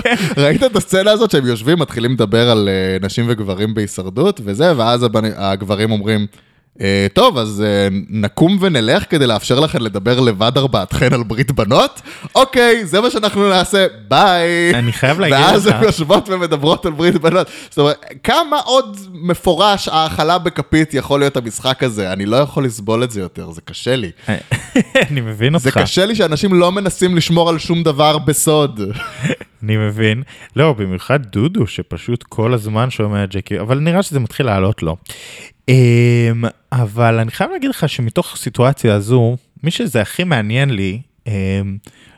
Speaker 3: כן.
Speaker 2: ראית את הסצנה הזאת שהם יושבים, מתחילים לדבר על אה, נשים וגברים בהישרדות וזה, ואז הבני- הגברים אומרים, "אה, טוב, אז אה, נקום ונלך כדי לאפשר לכם לדבר לבד ארבעתכן על ברית בנות? אוקיי, זה מה שאנחנו נעשה, ביי.
Speaker 3: אני חייב להגיד
Speaker 2: ואז
Speaker 3: לך.
Speaker 2: הן יושבות ומדברות על ברית בנות. זאת אומרת, כמה עוד מפורש ההאכלה בכפית יכול להיות המשחק הזה? אני לא יכול לסבול את זה יותר, זה קשה לי.
Speaker 3: [laughs] אני מבין אותך.
Speaker 2: זה קשה לי שאנשים לא מנסים לשמור על שום דבר בסוד.
Speaker 3: אני מבין. לא, במיוחד דודו, שפשוט כל הזמן שומע את ג'קי, אבל נראה שזה מתחיל לעלות לו. אמ, אבל אני חייב להגיד לך שמתוך הסיטואציה הזו, מי שזה הכי מעניין לי, אמ,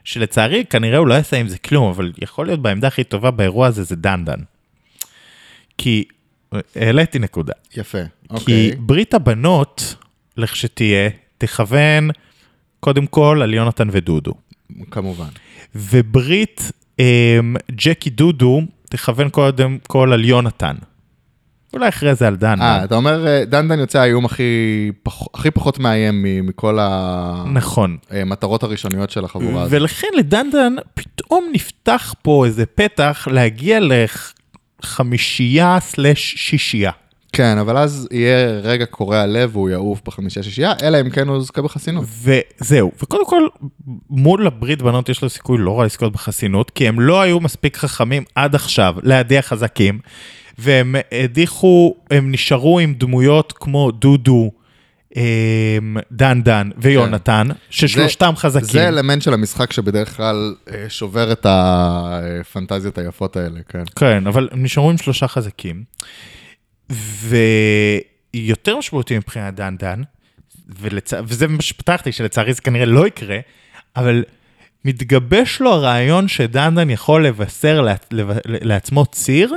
Speaker 3: שלצערי כנראה הוא לא יעשה עם זה כלום, אבל יכול להיות בעמדה הכי טובה באירוע הזה, זה דנדן. כי העליתי נקודה.
Speaker 2: יפה,
Speaker 3: כי
Speaker 2: אוקיי.
Speaker 3: ברית הבנות, לכשתהיה, תכוון קודם כל על יונתן ודודו.
Speaker 2: כמובן.
Speaker 3: וברית אמ, ג'קי דודו תכוון קודם כל על יונתן. אולי אחרי זה על דן.
Speaker 2: אה, אתה אומר, אה, דן דן יוצא האיום הכי פח- הכי פחות מאיים מ- מכל אה,
Speaker 3: נכון.
Speaker 2: המטרות הראשוניות של החבורה הזאת.
Speaker 3: ולכן לדנדן פתאום נפתח פה איזה פתח להגיע לחמישייה סלש שישייה.
Speaker 2: כן, אבל אז יהיה רגע קורע לב והוא יעוף בחמישה שישייה, אלא אם כן הוא יזכה בחסינות.
Speaker 3: וזהו, וקודם כל, מול הברית בנות יש לו סיכוי לא רע לזכות בחסינות, כי הם לא היו מספיק חכמים עד עכשיו להדיח חזקים, והם הדיחו, הם נשארו עם דמויות כמו דודו, אמ, דן דן ויונתן, ששלושתם חזקים.
Speaker 2: כן. זה אלמנט של המשחק שבדרך כלל אה, שובר את הפנטזיות היפות האלה, כן.
Speaker 3: כן, אבל הם נשארו עם שלושה חזקים. ויותר משמעותי מבחינת דן דן, ולצ... וזה מה שפתחתי, שלצערי זה כנראה לא יקרה, אבל מתגבש לו הרעיון שדן דן יכול לבשר לע... לב... לעצמו ציר,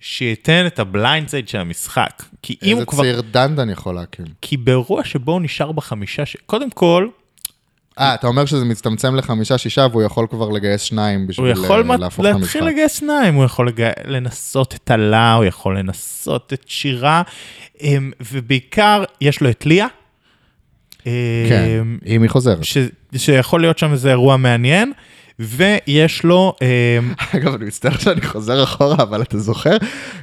Speaker 3: שייתן את הבליינד סייד של המשחק. כי אם
Speaker 2: איזה
Speaker 3: הוא כבר...
Speaker 2: צעיר דנדן יכול להקים.
Speaker 3: כי באירוע שבו הוא נשאר בחמישה... ש... קודם כל,
Speaker 2: אה, אתה אומר שזה מצטמצם לחמישה-שישה והוא יכול כבר לגייס שניים
Speaker 3: הוא
Speaker 2: בשביל
Speaker 3: יכול
Speaker 2: אה,
Speaker 3: מת-
Speaker 2: להפוך את המשחק.
Speaker 3: להתחיל לגייס שניים, הוא יכול לג... לנסות את עלה, הוא יכול לנסות את שירה, אמ, ובעיקר יש לו את ליה, אמ,
Speaker 2: כן, אם היא חוזרת.
Speaker 3: ש... שיכול להיות שם איזה אירוע מעניין, ויש לו,
Speaker 2: [laughs]
Speaker 3: אמ,
Speaker 2: אגב, אני מצטער שאני חוזר אחורה, אבל אתה זוכר?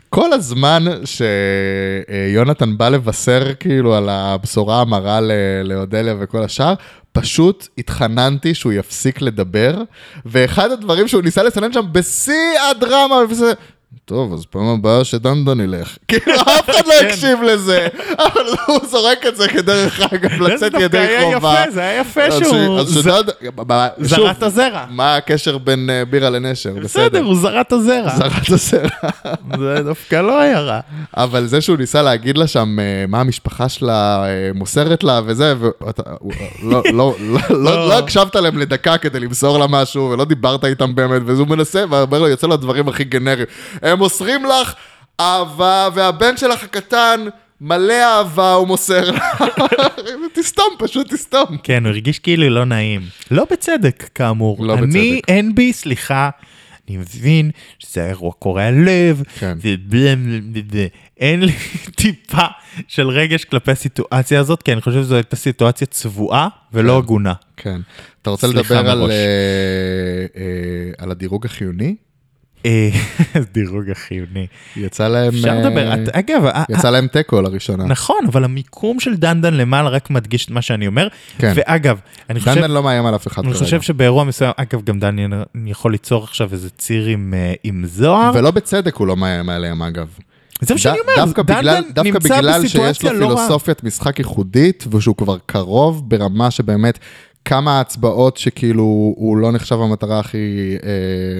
Speaker 2: כל הזמן שיונתן בא לבשר כאילו על הבשורה המרה ל- לאודליה וכל השאר, פשוט התחננתי שהוא יפסיק לדבר, ואחד הדברים שהוא ניסה לסנן שם בשיא הדרמה, וזה... טוב, אז פעם הבאה שדנדון ילך. [laughs] כאילו, אף אחד לא
Speaker 3: כן.
Speaker 2: הקשיב לזה, אבל הוא זורק את זה כדרך אגב
Speaker 3: זה
Speaker 2: לצאת
Speaker 3: דווקא
Speaker 2: ידי
Speaker 3: היה
Speaker 2: חובה.
Speaker 3: יפה, זה היה יפה
Speaker 2: אז
Speaker 3: שהוא
Speaker 2: אז
Speaker 3: ז-
Speaker 2: שדנדון- שוב,
Speaker 3: זרע את הזרע.
Speaker 2: מה הקשר בין אה, בירה לנשר?
Speaker 3: בסדר,
Speaker 2: בסדר.
Speaker 3: הוא זרע את הזרע.
Speaker 2: זרעת הסרט.
Speaker 3: זה דווקא לא היה רע.
Speaker 2: [laughs] אבל זה שהוא ניסה להגיד לה שם אה, מה המשפחה שלה אה, מוסרת לה וזה, ואתה הוא- לא- לא- לא-
Speaker 3: [laughs]
Speaker 2: לא לא הקשבת להם לדקה כדי למסור לה משהו, ולא דיברת איתם באמת, ואז הוא מנסה, ואומר לו, יוצא לו הדברים הכי גנריים. הם מוסרים לך אהבה, והבן שלך הקטן מלא אהבה, הוא מוסר לך. [laughs] תסתום, פשוט תסתום.
Speaker 3: כן, הוא הרגיש כאילו לא נעים. לא בצדק, כאמור.
Speaker 2: לא
Speaker 3: אני,
Speaker 2: בצדק.
Speaker 3: אין בי, סליחה, אני מבין שזה היה אירוע קורע לב,
Speaker 2: כן.
Speaker 3: ובלם, אין לי [laughs] טיפה של רגש כלפי הסיטואציה הזאת, כי אני חושב שזו הייתה סיטואציה צבועה ולא הגונה.
Speaker 2: כן. אתה רוצה
Speaker 3: סליחה
Speaker 2: לדבר על,
Speaker 3: מראש.
Speaker 2: אה, אה, על הדירוג החיוני?
Speaker 3: אה, [laughs] דירוג החיוני.
Speaker 2: יצא להם...
Speaker 3: אפשר
Speaker 2: אה,
Speaker 3: לדבר, את- אגב, ה-
Speaker 2: יצא להם תיקו לראשונה.
Speaker 3: נכון, אבל המיקום של דנדן למעלה רק מדגיש את מה שאני אומר.
Speaker 2: כן.
Speaker 3: ואגב, אני חושב...
Speaker 2: דנדן לא מאיים על אף אחד
Speaker 3: אני
Speaker 2: כרגע.
Speaker 3: חושב שבאירוע מסוים, אגב, גם דניאל יכול ליצור עכשיו איזה ציר עם, אה, עם זוהר.
Speaker 2: ולא בצדק הוא לא מאיים עליהם אגב.
Speaker 3: זה מה שאני
Speaker 2: ד-
Speaker 3: אומר,
Speaker 2: דווקא
Speaker 3: דנדן
Speaker 2: בגלל, דווקא
Speaker 3: נמצא
Speaker 2: בגלל שיש לו
Speaker 3: בסיטואציה לא רעה.
Speaker 2: פילוסופיית משחק ייחודית, ושהוא כבר קרוב ברמה שבאמת כמה הצבעות שכאילו הוא לא נחשב המטרה הכי אה,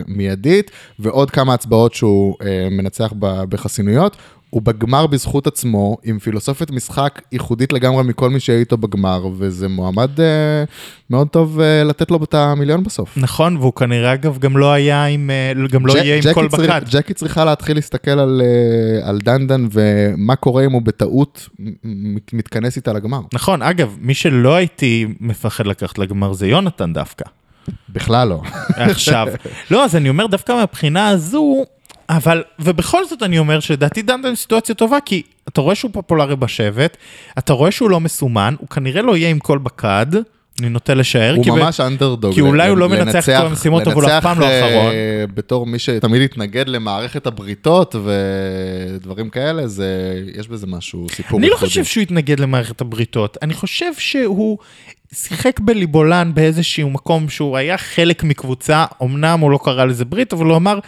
Speaker 2: מיידית, ועוד כמה הצבעות שהוא אה, מנצח ב, בחסינויות. הוא בגמר בזכות עצמו, עם פילוסופיית משחק ייחודית לגמרי מכל מי שיהיה איתו בגמר, וזה מועמד אה, מאוד טוב אה, לתת לו את המיליון בסוף.
Speaker 3: נכון, והוא כנראה אגב גם לא היה עם, אה, גם לא
Speaker 2: ג'ק-
Speaker 3: יהיה עם
Speaker 2: ג'קי
Speaker 3: כל
Speaker 2: צריך-
Speaker 3: בחד.
Speaker 2: ג'קי צריכה להתחיל להסתכל על, אה, על דנדן ומה קורה אם הוא בטעות מ- מת- מתכנס איתה לגמר.
Speaker 3: נכון, אגב, מי שלא הייתי מפחד לקחת לגמר זה יונתן דווקא,
Speaker 2: בכלל לא. [laughs]
Speaker 3: עכשיו. לא, אז אני אומר דווקא מהבחינה הזו, אבל, ובכל זאת אני אומר שלדעתי דנדן היא סיטואציה טובה, כי אתה רואה שהוא פופולרי בשבט, אתה רואה שהוא לא מסומן, הוא כנראה לא יהיה עם כל בקד, אני נוטה לשער,
Speaker 2: הוא
Speaker 3: כי ב-
Speaker 2: ממש אנדרדוג.
Speaker 3: כי אולי הוא
Speaker 2: ל-
Speaker 3: לא מנצח את כל המשימות, אבל הוא אף
Speaker 2: לנצח,
Speaker 3: פעם לא
Speaker 2: אה,
Speaker 3: האחרון.
Speaker 2: בתור מי שתמיד התנגד למערכת הבריתות ודברים כאלה, זה, יש בזה משהו, סיפור
Speaker 3: אני לא
Speaker 2: ייחודי.
Speaker 3: חושב שהוא התנגד למערכת הבריתות, אני חושב שהוא שיחק בליבולן באיזשהו מקום שהוא היה חלק מקבוצה, אמנם הוא לא קרא לזה ברית, אבל הוא אמר,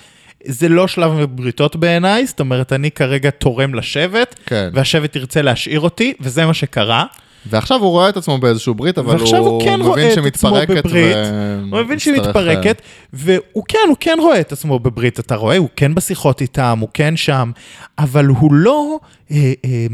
Speaker 3: זה לא שלב בבריתות בעיניי, זאת אומרת, אני כרגע תורם לשבט,
Speaker 2: כן.
Speaker 3: והשבט ירצה להשאיר אותי, וזה מה שקרה.
Speaker 2: ועכשיו הוא רואה את עצמו באיזשהו ברית, אבל
Speaker 3: ועכשיו הוא,
Speaker 2: הוא,
Speaker 3: כן
Speaker 2: מבין
Speaker 3: רואה את עצמו
Speaker 2: שמתפרקת
Speaker 3: בברית,
Speaker 2: ו-
Speaker 3: הוא מבין
Speaker 2: מצטרך,
Speaker 3: שהיא
Speaker 2: אה,
Speaker 3: מתפרקת, והוא כן, הוא כן רואה את עצמו בברית, אתה רואה, הוא כן בשיחות איתם, הוא כן שם, אבל הוא לא, אה, אה,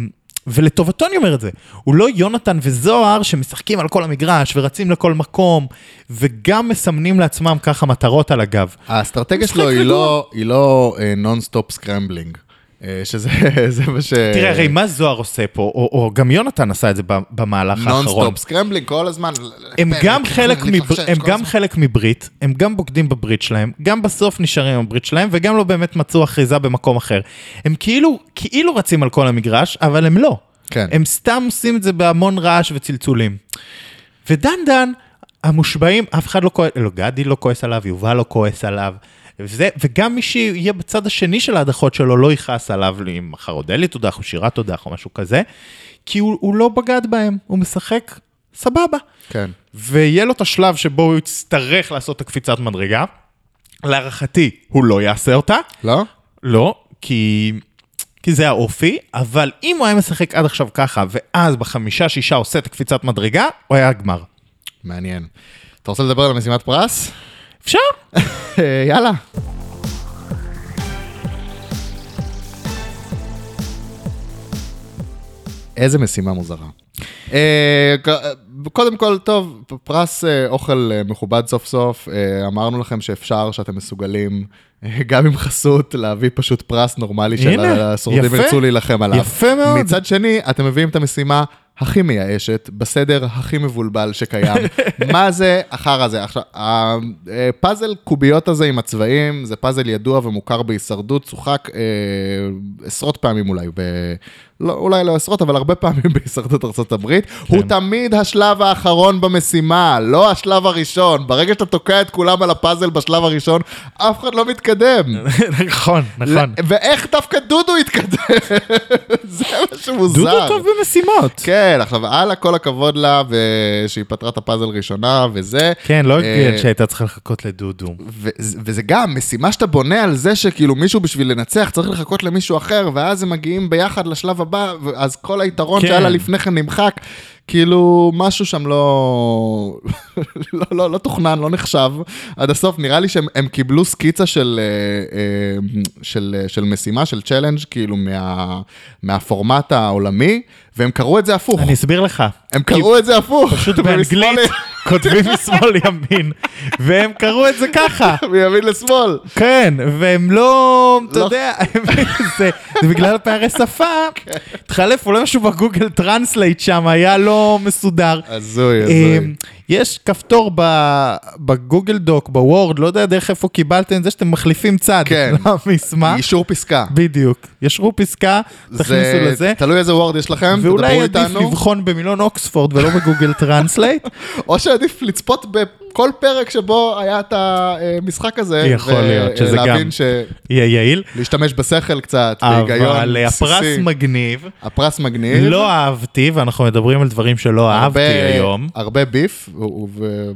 Speaker 3: ולטובתו אני אומר את זה, הוא לא יונתן וזוהר שמשחקים על כל המגרש ורצים לכל מקום, וגם מסמנים לעצמם ככה מטרות על הגב.
Speaker 2: האסטרטגיה
Speaker 3: משחק
Speaker 2: שלו היא
Speaker 3: רגוע.
Speaker 2: לא, היא לא אה, נונסטופ סקרמבלינג. אה, שזה [laughs] זה מה ש...
Speaker 3: תראה, הרי מה זוהר עושה פה, או, או גם יונתן עשה את זה ב- במהלך האחרון.
Speaker 2: נונסטופ, סקרמבלינג כל הזמן.
Speaker 3: הם
Speaker 2: פרק,
Speaker 3: גם חלק, מבר...
Speaker 2: להתרחש
Speaker 3: הם
Speaker 2: כל
Speaker 3: גם
Speaker 2: הזמן.
Speaker 3: חלק מברית, הם גם בוגדים בברית שלהם, גם בסוף נשארים עם הברית שלהם, וגם לא באמת מצאו אחיזה במקום אחר. הם כאילו, כאילו רצים על כל המגרש, אבל הם לא.
Speaker 2: כן.
Speaker 3: הם סתם עושים את זה בהמון רעש וצלצולים. ודן דן, המושבעים, אף אחד לא כועס, לא, גדי לא כועס עליו, יובל לא כועס עליו. וזה, וגם מי שיהיה בצד השני של ההדחות שלו לא יכעס עליו אם חרודלי תודח או שירה תודח או משהו כזה, כי הוא, הוא לא בגד בהם, הוא משחק סבבה.
Speaker 2: כן.
Speaker 3: ויהיה לו את השלב שבו הוא יצטרך לעשות את הקפיצת מדרגה. להערכתי, הוא לא יעשה אותה.
Speaker 2: לא?
Speaker 3: לא, כי... כי זה האופי, אבל אם הוא היה משחק עד עכשיו ככה, ואז בחמישה-שישה עושה את הקפיצת מדרגה, הוא היה גמר.
Speaker 2: מעניין. אתה רוצה לדבר על משימת פרס?
Speaker 3: אפשר?
Speaker 2: אה, יאללה. איזה משימה מוזרה. אה, ק- קודם כל, טוב, פ- פרס אה, אוכל אה, מכובד סוף סוף. אה, אמרנו לכם שאפשר, שאתם מסוגלים, אה, גם עם חסות, להביא פשוט פרס נורמלי של
Speaker 3: הנה,
Speaker 2: השורדים
Speaker 3: יפה.
Speaker 2: ירצו להילחם עליו.
Speaker 3: יפה מאוד.
Speaker 2: מצד שני, אתם מביאים את המשימה הכי מייאשת, בסדר הכי מבולבל
Speaker 3: [laughs]
Speaker 2: שקיים. מה זה החרא הזה? עכשיו, הפאזל קוביות הזה עם הצבעים, זה פאזל ידוע ומוכר בהישרדות, צוחק אה, עשרות פעמים אולי, ב... לא, אולי לא עשרות, אבל הרבה פעמים [laughs] בהישרדות ארה"ב. כן. הוא תמיד השלב האחרון במשימה, לא השלב הראשון. ברגע שאתה תוקע את כולם על הפאזל בשלב הראשון, אף אחד לא מתקדם.
Speaker 3: [laughs] נכון, נכון.
Speaker 2: ואיך דווקא דודו התקדם? [laughs] זה מה שמוזר.
Speaker 3: דודו טוב במשימות.
Speaker 2: כן, עכשיו, הלאה, כל הכבוד לה, ושהיא פתרה את הפאזל ראשונה, וזה.
Speaker 3: כן, לא
Speaker 2: אה,
Speaker 3: הגיע שהייתה צריכה לחכות לדודו.
Speaker 2: ו- וזה גם משימה שאתה בונה על זה שכאילו מישהו בשביל לנצח צריך לחכות למישהו אחר, ואז הם מגיעים ביחד לשלב הבא, אז כל היתרון
Speaker 3: כן.
Speaker 2: שהיה לה לפני כן נמחק. כאילו, משהו שם לא... [laughs] לא, לא, לא תוכנן, לא נחשב. עד הסוף, נראה לי שהם הם קיבלו סקיצה של, אה, אה, של, אה, של משימה, של צ'לנג', כאילו, מה, מהפורמט העולמי, והם קראו את זה הפוך.
Speaker 3: אני אסביר לך.
Speaker 2: הם קראו את זה הפוך.
Speaker 3: פשוט
Speaker 2: משמאל
Speaker 3: באנגלית כותבים משמאל לימין, והם קראו את זה ככה.
Speaker 2: ל- [laughs] מימין לשמאל.
Speaker 3: כן, והם לא, אתה
Speaker 2: לא.
Speaker 3: יודע, זה זה בגלל פערי שפה, התחלף אולי משהו בגוגל טרנסלייט שם, היה לא מסודר.
Speaker 2: הזוי, הזוי.
Speaker 3: אמ, יש כפתור ב- בגוגל דוק, בוורד, לא יודע דרך איפה קיבלתם את זה שאתם מחליפים צד. [laughs]
Speaker 2: כן.
Speaker 3: למסמך.
Speaker 2: אישור פסקה.
Speaker 3: בדיוק. ישרו פסקה, תכניסו
Speaker 2: זה-
Speaker 3: לזה.
Speaker 2: תלוי איזה וורד יש לכם,
Speaker 3: ואולי
Speaker 2: תדברו
Speaker 3: עדיף
Speaker 2: איתנו,
Speaker 3: לבחון במילון אוקספורד ולא בגוגל טרנסלייט. [laughs]
Speaker 2: או שעדיף לצפות בכל פרק שבו היה את המשחק הזה.
Speaker 3: יכול
Speaker 2: ו-
Speaker 3: להיות שזה
Speaker 2: להבין
Speaker 3: גם.
Speaker 2: ש...
Speaker 3: יהיה יעיל.
Speaker 2: להשתמש בשכל קצת, בהיגיון
Speaker 3: אבל אה, הפרס
Speaker 2: בסיסי.
Speaker 3: מגניב.
Speaker 2: הפרס מגניב.
Speaker 3: לא אהבתי, ואנחנו מדברים על דברים שלא אהבתי
Speaker 2: אוקיי, הרבה-
Speaker 3: היום.
Speaker 2: הרבה ביף, הוא- הוא-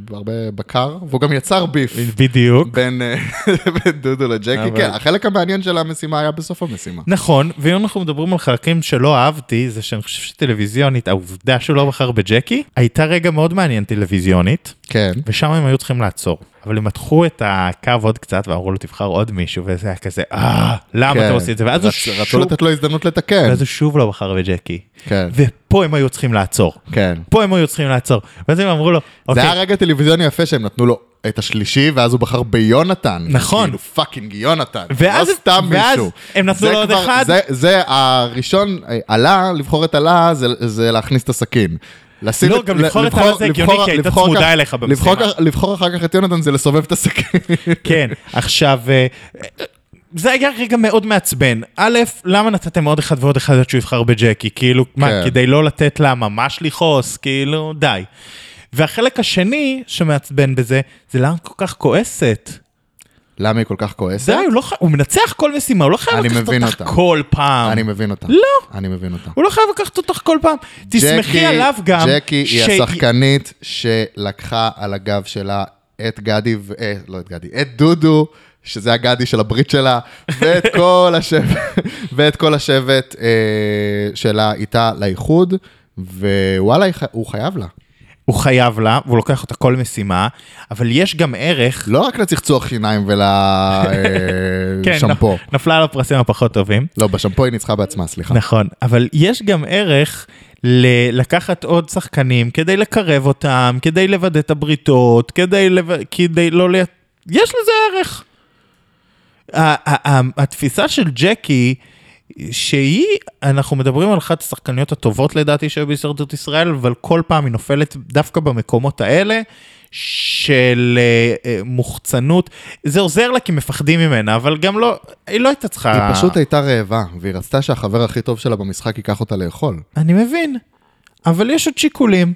Speaker 2: והרבה בקר, והוא גם יצר ביף.
Speaker 3: בדיוק.
Speaker 2: בין אה, [laughs] בין דודו לג'קי,
Speaker 3: אבל-
Speaker 2: כן, החלק המעניין של המשימה היה בסוף המשימה.
Speaker 3: נכון, ואם אנחנו מדברים על חלקים שלא אהבתי, זה שאני חושב שטלוויזיונית, העובדה שהוא לא בחר בג'קי, הייתה רגע מאוד מעניין טלוויזיונית,
Speaker 2: כן.
Speaker 3: ושם הם היו צריכים לעצור. אבל הם מתחו את הקו עוד קצת ואמרו לו תבחר עוד מישהו, וזה היה כזה, אה, למה
Speaker 2: כן.
Speaker 3: אתם עושים את זה? ואז הוא
Speaker 2: רצ- רצו
Speaker 3: שוב-
Speaker 2: לתת לו הזדמנות לתקן.
Speaker 3: ואז הוא שוב לא בחר בג'קי.
Speaker 2: כן.
Speaker 3: ופה הם היו צריכים לעצור.
Speaker 2: כן.
Speaker 3: פה הם היו צריכים לעצור. ואז הם אמרו לו,
Speaker 2: זה
Speaker 3: אוקיי,
Speaker 2: היה רגע טלוויזיוני יפה שהם נתנו לו את השלישי, ואז הוא בחר ביונתן.
Speaker 3: נכון.
Speaker 2: כאילו פאקינג יונתן.
Speaker 3: ואז-
Speaker 2: לא סתם
Speaker 3: ואז
Speaker 2: מישהו.
Speaker 3: הם נתנו
Speaker 2: זה
Speaker 3: לו עוד
Speaker 2: כבר-
Speaker 3: אחד.
Speaker 2: זה- זה הראשון, אה, עלה, לבחור את עלה, זה- זה להכניס את הסכין. לשים
Speaker 3: לא, גם לבחור את עלה זה הגיוני,
Speaker 2: לבחור-
Speaker 3: כי הייתה
Speaker 2: לבחור
Speaker 3: צמודה
Speaker 2: כך-
Speaker 3: אליך במשימה.
Speaker 2: לבחור כך- לבחור אחר כך את יונתן זה לסובב את
Speaker 3: [laughs]
Speaker 2: הסכין.
Speaker 3: כן, עכשיו, אה, אה, זה היה רגע מאוד מעצבן. א', למה נתתם עוד אחד ועוד אחד עד שהוא יבחר בג'קי? כאילו, מה,
Speaker 2: כן.
Speaker 3: כדי לא לתת לה ממש לכעוס? כאילו, די. והחלק השני שמעצבן בזה, זה למה כל כך כועסת.
Speaker 2: למה היא כל כך
Speaker 3: די,
Speaker 2: כועסת?
Speaker 3: הוא, לא, חי- הוא מנצח כל משימה, הוא לא חייב
Speaker 2: אני
Speaker 3: לקחת
Speaker 2: מבין
Speaker 3: אותך
Speaker 2: אותה.
Speaker 3: כל פעם.
Speaker 2: אני מבין אותה.
Speaker 3: לא.
Speaker 2: אני מבין אותה.
Speaker 3: הוא לא חייב לקחת אותך כל פעם. תסמכי
Speaker 2: ג'קי-
Speaker 3: עליו גם.
Speaker 2: ג'קי היא
Speaker 3: ש-
Speaker 2: השחקנית שלקחה על הגב שלה את גדי, ו- אה, לא את גדי, את דודו, שזה הגדי של הברית
Speaker 3: [laughs]
Speaker 2: שלה, ואת כל השבט, ואת כל השבט אה, שלה איתה לאיחוד, ווואלה, היא ח- הוא חייב לה.
Speaker 3: הוא חייב לה, והוא לוקח אותה כל משימה, אבל יש גם ערך
Speaker 2: לא רק לצחצוח שיניים אה,
Speaker 3: [laughs] כן,
Speaker 2: ולשמפו.
Speaker 3: נפ- נפלה על הפרסים הפחות טובים.
Speaker 2: לא, בשמפו היא ניצחה בעצמה, סליחה.
Speaker 3: נכון, אבל יש גם ערך ל- לקחת עוד שחקנים כדי לקרב אותם, כדי לוודא את הבריתות, כדי, לו... כדי לא ל... יש לזה ערך. ה- ה- ה- התפיסה של ג'קי שהיא, אנחנו מדברים על אחת השחקניות הטובות לדעתי שהיו בהישרדות ישראל, אבל כל פעם היא נופלת דווקא במקומות האלה של אה, אה, מוחצנות. זה עוזר לה כי מפחדים ממנה, אבל גם לא, היא לא הייתה צריכה...
Speaker 2: היא פשוט הייתה רעבה, והיא רצתה שהחבר הכי טוב שלה במשחק ייקח אותה לאכול.
Speaker 3: אני מבין, אבל יש עוד שיקולים,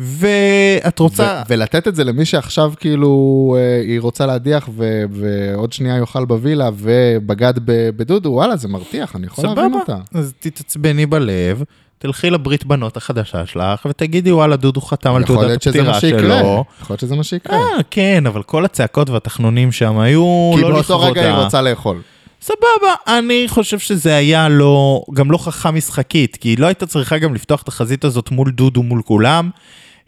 Speaker 3: ואת רוצה...
Speaker 2: ו- ולתת את זה למי שעכשיו כאילו אה, היא רוצה להדיח ו- ועוד שנייה יאכל בווילה ובגד ב- בדודו, וואלה זה מרתיח, אני יכול להבין אותה.
Speaker 3: נכון, אז תתעצבני בלב, תלכי לברית בנות החדשה שלך, ותגידי וואלה דודו חתם על
Speaker 2: יכול להיות
Speaker 3: תעודת
Speaker 2: שזה מה
Speaker 3: הפטירה
Speaker 2: שיקרה,
Speaker 3: שלו.
Speaker 2: יכול להיות שזה מה שיקרה.
Speaker 3: אה, כן, אבל כל הצעקות והתחנונים שם היו
Speaker 2: כי
Speaker 3: לא
Speaker 2: באותו רגע היא
Speaker 3: לכבודה.
Speaker 2: רוצה לאכול.
Speaker 3: סבבה, אני חושב שזה היה לא, גם לא חכם משחקית, כי היא לא הייתה צריכה גם לפתוח את החזית הזאת מול דודו מול כולם,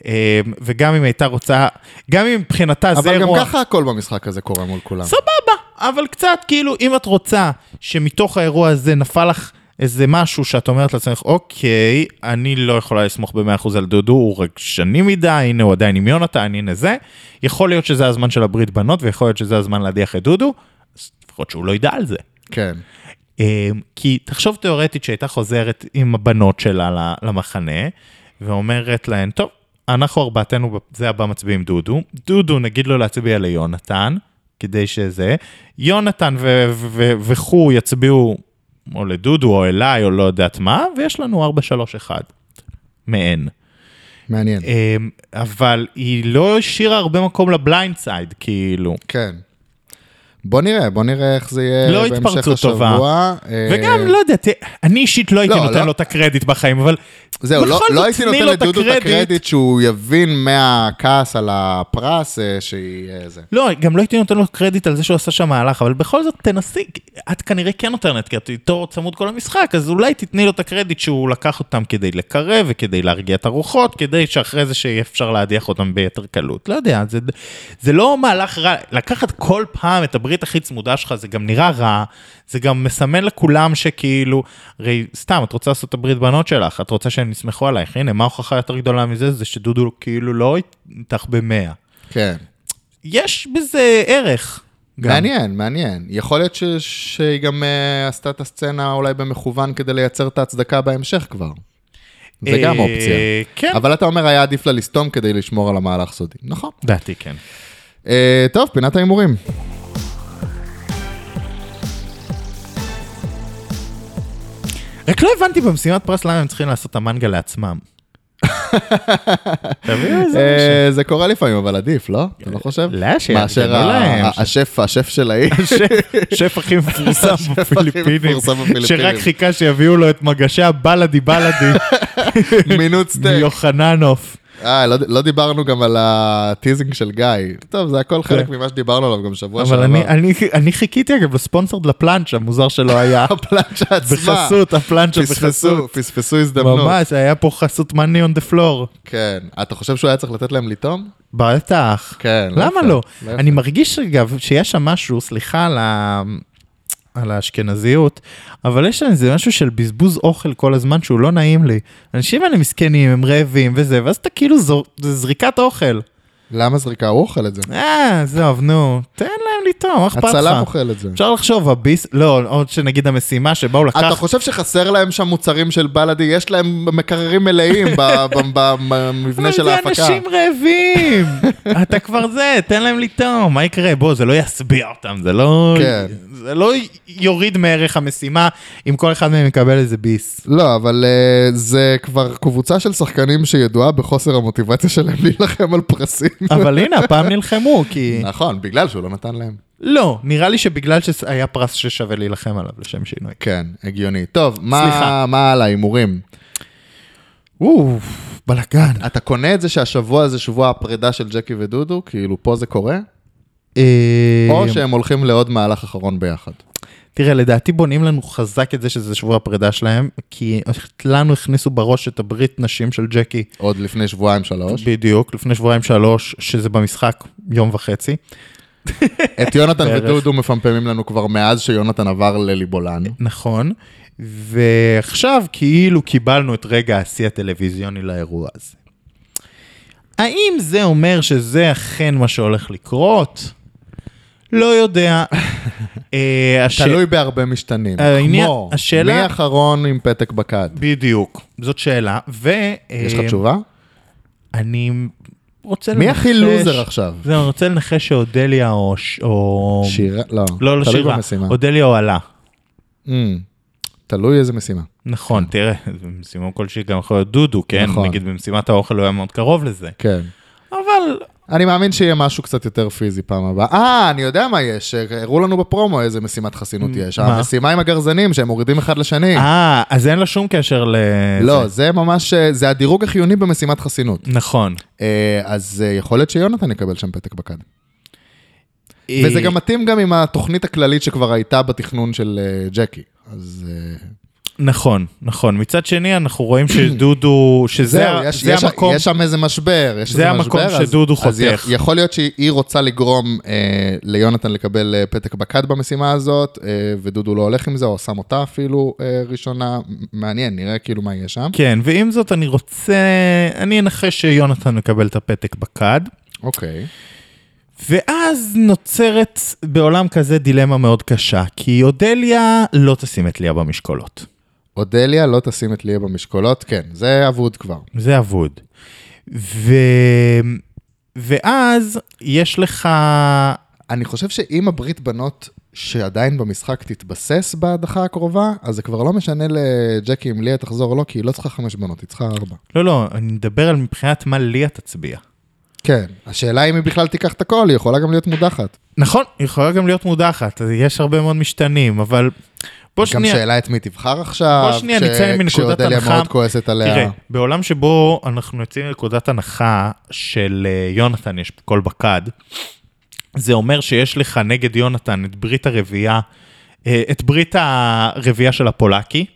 Speaker 3: אה, וגם אם הייתה רוצה, גם אם מבחינתה זה
Speaker 2: אבל גם
Speaker 3: אירוע...
Speaker 2: ככה הכל במשחק הזה קורה מול כולם.
Speaker 3: סבבה, אבל קצת כאילו, אם את רוצה שמתוך האירוע הזה נפל לך איזה משהו שאת אומרת לעצמך, אוקיי, אני לא יכולה לסמוך ב-100% על דודו, הוא רגשני מדי, הנה הוא עדיין עם יונתן, הנה זה, יכול להיות שזה הזמן של הברית בנות, ויכול להיות שזה הזמן להדיח את דודו, אז לפחות שהוא לא ידע על זה.
Speaker 2: כן.
Speaker 3: אה, כי תחשוב תיאורטית שהייתה חוזרת עם הבנות שלה ל- למחנה, ואומרת להן, טוב, אנחנו ארבעתנו, ב- זה הבא מצביעים דודו, דודו נגיד לו להצביע ליונתן, כדי שזה, יונתן ו- ו- ו- וכו' יצביעו או לדודו או אליי או לא יודעת מה, ויש לנו 431 מהן.
Speaker 2: מעניין.
Speaker 3: אה, אבל היא לא השאירה הרבה מקום לבליינד סייד, כאילו.
Speaker 2: כן. בוא נראה, בוא נראה איך זה יהיה
Speaker 3: לא
Speaker 2: בהמשך
Speaker 3: התפרצות טובה.
Speaker 2: השבוע. אה,
Speaker 3: וגם, לא יודע, ת- אני אישית לא הייתי
Speaker 2: לא,
Speaker 3: נותן
Speaker 2: לא.
Speaker 3: לו את הקרדיט בחיים, אבל
Speaker 2: זהו, לא,
Speaker 3: בכל
Speaker 2: לא
Speaker 3: זאת,
Speaker 2: הייתי
Speaker 3: תני
Speaker 2: נותן
Speaker 3: לו את
Speaker 2: לדודו את
Speaker 3: הקרדיט.
Speaker 2: הקרדיט שהוא יבין מהכעס על הפרס אה, שהיא אה, זה.
Speaker 3: לא, גם לא הייתי נותן לו קרדיט על זה שהוא עשה שם מהלך, אבל בכל זאת תנסי, את כנראה כן נותנת, כי את איתו צמוד כל המשחק, אז אולי תתני לו את הקרדיט שהוא לקח אותם כדי לקרב וכדי להרגיע את הרוחות, כדי שאחרי זה שיהיה אפשר להדיח אותם ביתר קלות. לא יודע, זה, זה לא מהלך רע, לקחת כל פעם את הברית הכי צמודה שלך, זה גם נראה רע, זה גם מסמן לכולם שכאילו, הרי סתם, את רוצה לעשות את הברית בנות שלך, את רוצה שהם יסמכו עלייך, הנה, מה ההוכחה יותר גדולה מזה? זה שדודו כאילו לא איתך במאה.
Speaker 2: כן.
Speaker 3: יש בזה ערך. גם.
Speaker 2: מעניין, מעניין. יכול להיות ש- שהיא גם אה, עשתה את הסצנה אולי במכוון כדי לייצר את ההצדקה בהמשך כבר. זה
Speaker 3: אה,
Speaker 2: גם אופציה.
Speaker 3: כן.
Speaker 2: אבל אתה אומר היה עדיף לה לסתום כדי לשמור על המהלך סודי. נכון.
Speaker 3: דעתי כן.
Speaker 2: אה, טוב, פינת ההימורים.
Speaker 3: רק לא הבנתי במשימת פרס למה הם צריכים לעשות את המנגה לעצמם. תביאו איזה
Speaker 2: אה, זה קורה לפעמים, אבל עדיף, לא? אתה לא חושב?
Speaker 3: לא, שיארגנו
Speaker 2: מאשר ה-
Speaker 3: להם.
Speaker 2: ה- השף, השף של
Speaker 3: [laughs]
Speaker 2: העיר. [laughs]
Speaker 3: משהו. שף הכי מפורסם
Speaker 2: הכי
Speaker 3: בפיליפינים,
Speaker 2: מפורסם בפיליפינים.
Speaker 3: שרק חיכה שיביאו לו את מגשי הבלדי
Speaker 2: [laughs]
Speaker 3: בלדי
Speaker 2: מינות סטייק.
Speaker 3: מיוחננוף.
Speaker 2: אה, לא, לא דיברנו גם על הטיזינג של גיא. טוב, זה הכל חלק ממה שדיברנו עליו גם שבוע שעבר.
Speaker 3: כן. אבל אני- אני- אני חיכיתי אגב לספונסרד לפלנץ' המוזר שלא
Speaker 2: [laughs]
Speaker 3: היה.
Speaker 2: הפלנצ'ה עצמה.
Speaker 3: בחסות, הפלנצ'ה בחסות.
Speaker 2: פספסו, פספסו הזדמנות.
Speaker 3: ממש, היה פה חסות מאני און דה פלור.
Speaker 2: כן. אתה חושב שהוא היה צריך לתת להם לטעום?
Speaker 3: בטח.
Speaker 2: כן, לא
Speaker 3: למה
Speaker 2: יפה,
Speaker 3: לא?
Speaker 2: לא יפה.
Speaker 3: אני מרגיש, אגב, שיש שם משהו, סליחה על ה... על האשכנזיות, אבל יש שם איזה משהו של בזבוז אוכל כל הזמן שהוא לא נעים לי. האנשים האלה מסכנים, הם רעבים וזה, ואז אתה כאילו זור... זה זריקת אוכל.
Speaker 2: למה זריקה? הוא אוכל את זה.
Speaker 3: אה, עזוב, נו, תן להם לטעום, מה אכפת לך?
Speaker 2: הצלם אוכל את זה.
Speaker 3: אפשר לחשוב, הביס... לא, עוד שנגיד המשימה שבאו לקח...
Speaker 2: אתה חושב שחסר להם שם מוצרים של בלאדי? יש להם מקררים מלאים ב- ב- ב- במבנה של
Speaker 3: אבל זה
Speaker 2: ההפקה.
Speaker 3: אנשים רעבים, [laughs] אתה כבר זה, תן להם לטעום, מה יקרה? בוא, זה לא ישביע אותם, זה לא...
Speaker 2: כן.
Speaker 3: זה לא יוריד מערך המשימה אם כל אחד מהם יקבל איזה ביס.
Speaker 2: לא, אבל אה, זה כבר קבוצה של שחקנים שידועה בחוסר המוטיבציה שלהם להילחם על פרסים.
Speaker 3: [laughs] אבל הנה, הפעם נלחמו, כי...
Speaker 2: נכון, בגלל שהוא לא נתן להם.
Speaker 3: לא, נראה לי שבגלל שהיה פרס ששווה להילחם עליו, לשם שינוי.
Speaker 2: כן, הגיוני. טוב, מה,
Speaker 3: סליחה.
Speaker 2: מה על ההימורים?
Speaker 3: אוף, בלאגן.
Speaker 2: אתה קונה את זה שהשבוע זה שבוע הפרידה של ג'קי ודודו? כאילו, פה זה קורה? או שהם הולכים לעוד מהלך אחרון ביחד.
Speaker 3: אה, תראה, לדעתי בונים לנו חזק את זה שזה שבוע הפרידה שלהם, כי לנו הכניסו בראש את הברית נשים של ג'קי.
Speaker 2: עוד לפני שבועיים שלוש.
Speaker 3: בדיוק, לפני שבועיים שלוש, שזה במשחק יום וחצי.
Speaker 2: את יונתן
Speaker 3: בערך.
Speaker 2: ודודו מפמפמים לנו כבר מאז שיונתן עבר לליבולן.
Speaker 3: נכון, ועכשיו כאילו קיבלנו את רגע השיא הטלוויזיוני לאירוע הזה. האם זה אומר שזה אכן מה שהולך לקרות? לא
Speaker 2: [laughs]
Speaker 3: יודע. אה, הש-
Speaker 2: תלוי בהרבה משתנים,
Speaker 3: העניין-
Speaker 2: כמו
Speaker 3: אה, השאלה-
Speaker 2: מי האחרון עם פתק בכד.
Speaker 3: בדיוק, זאת שאלה. ו...
Speaker 2: יש לך
Speaker 3: אה,
Speaker 2: תשובה?
Speaker 3: אני רוצה
Speaker 2: מי הכי לוזר
Speaker 3: עכשיו?
Speaker 2: עכשיו?
Speaker 3: זהו, אני רוצה לנחש שאודליה או... ש- או...
Speaker 2: שירה? לא,
Speaker 3: לא, לא
Speaker 2: תלוי
Speaker 3: שירה.
Speaker 2: במשימה.
Speaker 3: אודליה או עלה.
Speaker 2: Mm, תלוי איזה משימה.
Speaker 3: נכון, תראה, במשימה כלשהי גם יכול להיות דודו, כן?
Speaker 2: כן. נכון.
Speaker 3: נגיד במשימת האוכל הוא היה מאוד קרוב לזה.
Speaker 2: כן.
Speaker 3: אבל
Speaker 2: אני מאמין שיהיה משהו קצת יותר פיזי פעם הבאה. אה, אני יודע מה יש, אה, הראו לנו בפרומו איזה משימת חסינות יש.
Speaker 3: Mm. מה?
Speaker 2: המשימה עם הגרזנים שהם מורידים אחד לשני.
Speaker 3: אה, אז אין לה שום קשר ל...
Speaker 2: לא,
Speaker 3: זה.
Speaker 2: זה ממש, אה, זה הדירוג החיוני במשימת חסינות.
Speaker 3: נכון.
Speaker 2: אה, אז אה, יכול להיות שיונתן יקבל שם פתק בכד.
Speaker 3: אה,
Speaker 2: וזה גם מתאים גם עם התוכנית הכללית שכבר הייתה בתכנון של אה, ג'קי. אז אה,
Speaker 3: נכון, נכון. מצד שני, אנחנו רואים שדודו, שזה
Speaker 2: זהו,
Speaker 3: ה-
Speaker 2: יש-
Speaker 3: זה
Speaker 2: יש-
Speaker 3: המקום,
Speaker 2: יש שם איזה משבר. יש
Speaker 3: זה
Speaker 2: איזה
Speaker 3: המקום
Speaker 2: משבר, אז-
Speaker 3: שדודו
Speaker 2: אז
Speaker 3: חותך.
Speaker 2: י- יכול להיות שהיא רוצה לגרום אה, ליונתן לקבל אה, פתק בכד במשימה הזאת, אה, ודודו לא הולך עם זה, או שם אותה אפילו אה, ראשונה. מעניין, נראה כאילו מה יהיה שם.
Speaker 3: כן, ועם זאת אני רוצה, אני אנחש שיונתן מקבל את הפתק בכד,
Speaker 2: אוקיי.
Speaker 3: ואז נוצרת בעולם כזה דילמה מאוד קשה, כי אודליה לא תשים את ליה במשקולות.
Speaker 2: אודליה לא תשים את ליה במשקולות, כן, זה אבוד כבר.
Speaker 3: זה אבוד. ו... ואז יש לך...
Speaker 2: אני חושב שאם הברית בנות שעדיין במשחק תתבסס בהדחה הקרובה, אז זה כבר לא משנה לג'קי אם ליה תחזור או לא, כי היא לא צריכה חמש בנות, היא צריכה ארבע.
Speaker 3: לא, לא, אני מדבר על מבחינת מה ליה תצביע.
Speaker 2: כן, השאלה אם היא בכלל תיקח את הכל, היא יכולה גם להיות מודחת.
Speaker 3: נכון, היא יכולה גם להיות מודחת, אז יש הרבה מאוד משתנים, אבל בוא
Speaker 2: גם
Speaker 3: שנייה,
Speaker 2: שאלה את מי תבחר עכשיו,
Speaker 3: בוא שנייה
Speaker 2: כש-
Speaker 3: נצא מנקודת
Speaker 2: כשאודליה
Speaker 3: הנחה-
Speaker 2: מאוד כועסת עליה.
Speaker 3: תראה, בעולם שבו אנחנו יוצאים מנקודת הנחה של אה, יונתן יש קול בקד, זה אומר שיש לך נגד יונתן את ברית הרביעייה, אה, את ברית הרביעייה של הפולקי,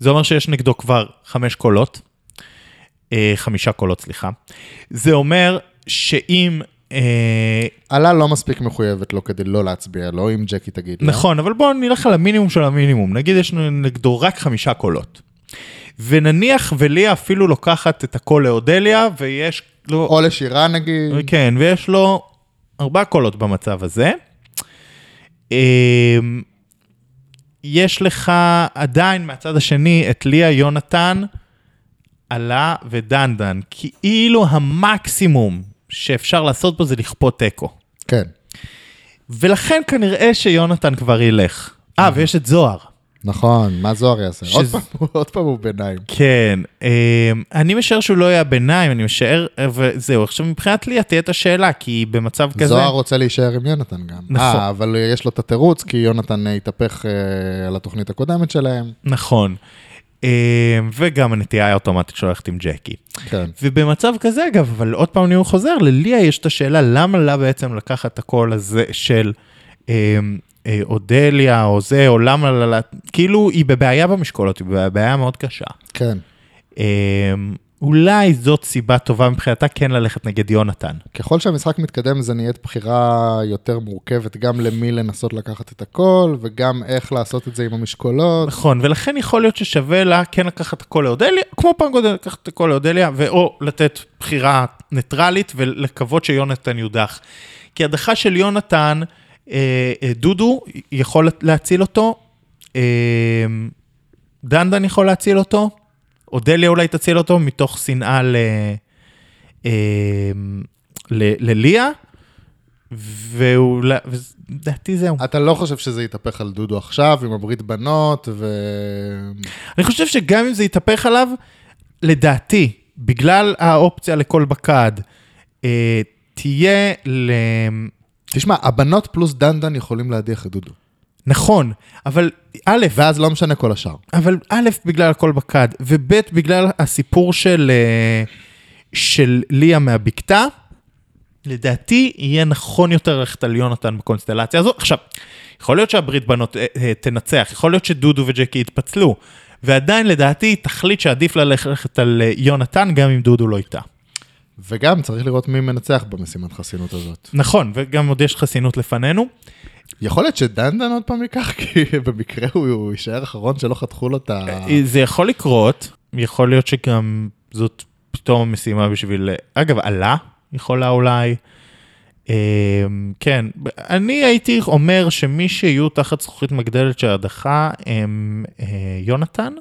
Speaker 3: זה אומר שיש נגדו כבר חמש קולות, אה, חמישה קולות, סליחה. זה אומר שאם... אה,
Speaker 2: עלה לא מספיק מחויבת לו כדי לא להצביע לו, אם ג'קי תגיד לה.
Speaker 3: נכון, אבל בואו נלך על המינימום של המינימום. נגיד יש לנו נגדו רק חמישה קולות. ונניח וליה אפילו לוקחת את הקול לאודליה, ויש לו...
Speaker 2: או לשירה נגיד.
Speaker 3: כן, ויש לו ארבעה קולות במצב הזה. אמ, יש לך עדיין מהצד השני את ליה, יונתן, עלה ודנדן. כאילו המקסימום שאפשר לעשות פה זה לכפות תיקו.
Speaker 2: כן.
Speaker 3: ולכן כנראה שיונתן כבר ילך. אה, ויש את זוהר.
Speaker 2: נכון, מה זוהר יעשה?
Speaker 3: שזה-
Speaker 2: עוד פעם [laughs] הוא- עוד פעם הוא ביניים.
Speaker 3: כן, אה, אני משער שהוא לא יהיה ביניים, אני משער, אה, וזהו. עכשיו, מבחינת ליה תהיה את השאלה, כי היא במצב כזה...
Speaker 2: זוהר רוצה להישאר עם יונתן גם.
Speaker 3: נכון.
Speaker 2: אה, אבל יש לו את התירוץ, כי יונתן אה, התהפך אה, על התוכנית הקודמת שלהם.
Speaker 3: נכון. אה, וגם הנטייה האוטומטית שהולכת עם ג'קי.
Speaker 2: כן.
Speaker 3: ובמצב כזה, אגב, אבל עוד פעם אני חוזר, לליה יש את השאלה למה לה בעצם לקחת את הקול הזה של אה, אה, אודליה או זה, או למה לה, לה, כאילו היא בבעיה במשקולות, היא בבעיה מאוד קשה.
Speaker 2: כן.
Speaker 3: אה, אולי זאת סיבה טובה מבחינתה כן ללכת נגד יונתן.
Speaker 2: ככל שהמשחק מתקדם, זה נהיית בחירה יותר מורכבת, גם למי לנסות לקחת את הכל, וגם איך לעשות את זה עם המשקולות.
Speaker 3: נכון, ולכן יכול להיות ששווה לה כן לקחת הכל לאודליה, כמו פעם קודמת לקחת את הכל לאודליה, ואו לתת בחירה ניטרלית ולקוות שיונתן יודח. כי הדחה של יונתן, אה, אה, דודו יכול להציל אותו, אה, דנדן יכול להציל אותו, אודליה אולי תציל אותו מתוך שנאה ל... אה, ל- לליה, ואולי, לדעתי זהו.
Speaker 2: אתה לא חושב שזה יתהפך על דודו עכשיו, עם הברית בנות, ו...
Speaker 3: אני חושב שגם אם זה יתהפך עליו, לדעתי, בגלל האופציה לכל בקד, אה, תהיה ל...
Speaker 2: תשמע, הבנות פלוס דנדן יכולים להדיח את דודו.
Speaker 3: נכון, אבל א',
Speaker 2: ואז לא משנה כל השאר.
Speaker 3: אבל א', בגלל הכל בקד, וב', בגלל הסיפור של, אה, של ליה מהבקתה, לדעתי יהיה נכון יותר ללכת על יונתן בקונסטלציה הזו. עכשיו, יכול להיות שהברית בנות אה, אה, תנצח, יכול להיות שדודו וג'קי יתפצלו, ועדיין לדעתי היא תחליט שעדיף לה ללכת על אה, יונתן גם אם דודו לא איתה.
Speaker 2: וגם צריך לראות מי מנצח במשימת חסינות הזאת.
Speaker 3: נכון, וגם עוד יש חסינות לפנינו.
Speaker 2: יכול להיות שדנדן עוד פעם ייקח, [laughs] כי במקרה הוא- הוא יישאר אחרון שלא חתכו לו את ה...
Speaker 3: זה יכול לקרות, יכול להיות שגם זאת פתאום המשימה בשביל... אגב, עלה יכולה אולי. אמ, כן, אני הייתי אומר שמי שיהיו תחת זכוכית מגדלת של הדחה הם אה, יונתן,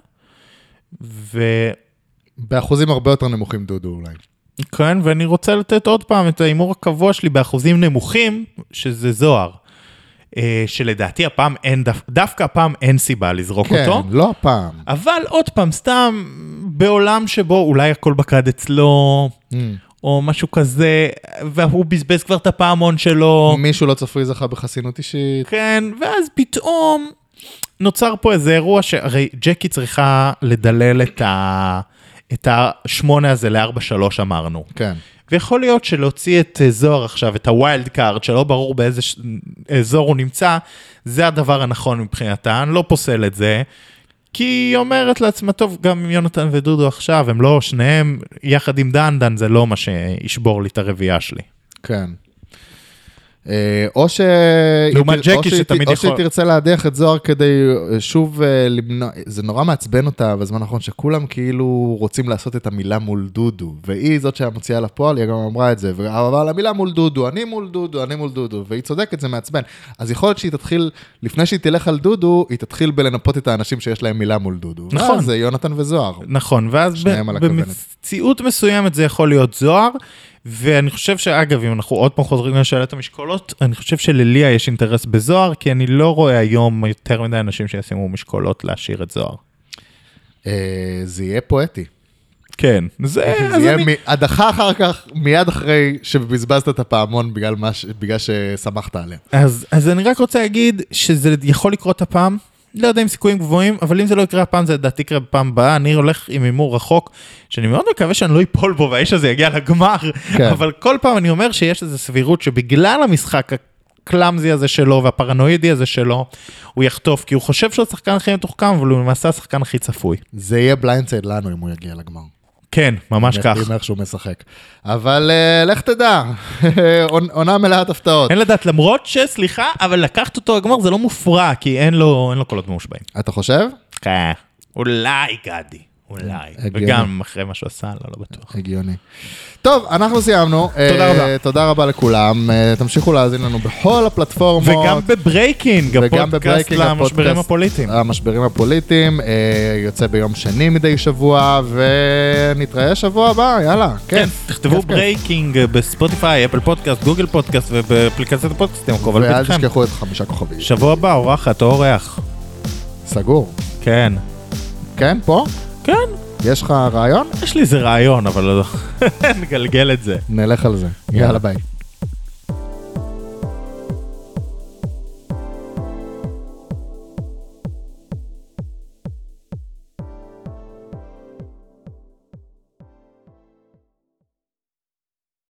Speaker 3: וכן,
Speaker 2: באחוזים הרבה יותר נמוכים דודו אולי.
Speaker 3: ואני רוצה לתת עוד פעם את ההימור הקבוע שלי באחוזים נמוכים, שזה זוהר. אה, שלדעתי הפעם אין, דו, דווקא הפעם אין סיבה לזרוק
Speaker 2: כן,
Speaker 3: אותו.
Speaker 2: לא הפעם.
Speaker 3: אבל עוד פעם, סתם בעולם שבו אולי הכל בקד אצלו, או משהו כזה, והוא בזבז כבר את הפעמון שלו,
Speaker 2: מישהו לא צפוי זכה בחסינות אישית.
Speaker 3: כן, ואז פתאום נוצר פה איזה אירוע שהרי ג'קי צריכה לדלל את ה... את השמונה הזה לארבע שלוש אמרנו.
Speaker 2: כן.
Speaker 3: ויכול להיות שלהוציא את אה, זוהר עכשיו, את הווילד קארד, שלא ברור באיזה ש... אזור הוא נמצא, זה הדבר הנכון מבחינתה, אני לא פוסל את זה. כי היא אומרת לעצמה, טוב, גם יונתן ודודו עכשיו, הם לא שניהם, יחד עם דן, דן זה לא מה שישבור לי את הרביעייה שלי.
Speaker 2: כן. אה, או ש...
Speaker 3: לעומת
Speaker 2: או
Speaker 3: ג'קי
Speaker 2: שהיא-
Speaker 3: שתמיד
Speaker 2: או
Speaker 3: יכול-
Speaker 2: שהיא תרצה להדיח את זוהר כדי אה, שוב אה, למנוע... זה נורא מעצבן אותה בזמן האחרון, שכולם כאילו רוצים לעשות את המילה מול דודו. והיא זאת שהמוציאה לפועל, היא גם אמרה את זה. ו- אבל המילה מול דודו, אני מול דודו, אני מול דודו. והיא צודקת, זה מעצבן. אז יכול להיות שהיא תתחיל, לפני שהיא תלך על דודו, היא תתחיל בלנפות את האנשים שיש להם מילה מול דודו.
Speaker 3: נכון.
Speaker 2: ואז זה יונתן וזוהר.
Speaker 3: נכון, ואז ב-
Speaker 2: שניהם על הכוונת.
Speaker 3: במציאות מסוימת זה יכול להיות זוהר, ואני חושב שאגב, אם אנחנו עוד פעם חוזרים לשאלת המשקולות, אני חושב שלליה יש אינטרס בזוהר, כי אני לא רואה היום יותר מדי אנשים שישימו משקולות להשאיר את זוהר.
Speaker 2: אה, זה יהיה פואטי.
Speaker 3: כן, זה,
Speaker 2: זה
Speaker 3: אז
Speaker 2: יהיה
Speaker 3: אני...
Speaker 2: מ- הדחה אחר כך, מיד אחרי שבזבזת את הפעמון בגלל מה ש- בגלל ששמחת עליה.
Speaker 3: אז, אז אני רק רוצה להגיד שזה יכול לקרות הפעם, לא יודע אם סיכויים גבוהים, אבל אם זה לא יקרה הפעם, זה לדעתי יקרה בפעם הבאה, אני הולך עם הימור רחוק, שאני מאוד מקווה שאני לא איפול בו והאיש הזה יגיע לגמר,
Speaker 2: כן.
Speaker 3: כן. אבל כל פעם אני אומר שיש איזו סבירות שבגלל המשחק הקלאמזי הזה שלו והפרנואידי הזה שלו, הוא יחטוף, כי הוא חושב שהוא השחקן הכי מתוחכם, אבל הוא למעשה השחקן הכי צפוי.
Speaker 2: זה יהיה בליינדסייד לנו אם הוא יגיע לגמר.
Speaker 3: כן, ממש כך.
Speaker 2: עם איך שהוא משחק. אבל אה, לך תדע, [laughs] עונ- עונה מלאת הפתעות.
Speaker 3: אין לדעת, למרות שסליחה, אבל לקחת אותו לגמר זה לא מופרע, כי אין לו, אין לו קולות מאושבעים.
Speaker 2: אתה חושב?
Speaker 3: כן. אולי גדי, אולי.
Speaker 2: הגיוני.
Speaker 3: וגם אחרי מה שהוא עשה, לא, לא בטוח.
Speaker 2: הגיוני. טוב, אנחנו סיימנו.
Speaker 3: תודה
Speaker 2: אה,
Speaker 3: רבה.
Speaker 2: תודה רבה לכולם. אה, תמשיכו להאזין לנו בכל הפלטפורמות.
Speaker 3: וגם בברייקינג,
Speaker 2: וגם
Speaker 3: הפודקאסט
Speaker 2: בברייקינג,
Speaker 3: למשברים
Speaker 2: הפודקאסט אה,
Speaker 3: הפוליטיים.
Speaker 2: המשברים הפוליטיים, אה, יוצא ביום שני מדי שבוע, ונתראה שבוע הבא, יאללה.
Speaker 3: כן,
Speaker 2: כיף.
Speaker 3: תכתבו
Speaker 2: כיף, כיף.
Speaker 3: ברייקינג בספוטיפיי, אפל פודקאסט, גוגל פודקאסט ובאפליקציית הפודקאסטים, קרובה
Speaker 2: ואל
Speaker 3: לביתכם.
Speaker 2: תשכחו את חמישה כוכבים.
Speaker 3: שבוע הבא, אורחת, או אורח.
Speaker 2: סגור.
Speaker 3: כן.
Speaker 2: כן, פה?
Speaker 3: כן,
Speaker 2: יש לך רעיון?
Speaker 3: יש לי איזה רעיון, אבל לא... [laughs] נגלגל את זה.
Speaker 2: נלך על זה. יאללה ביי.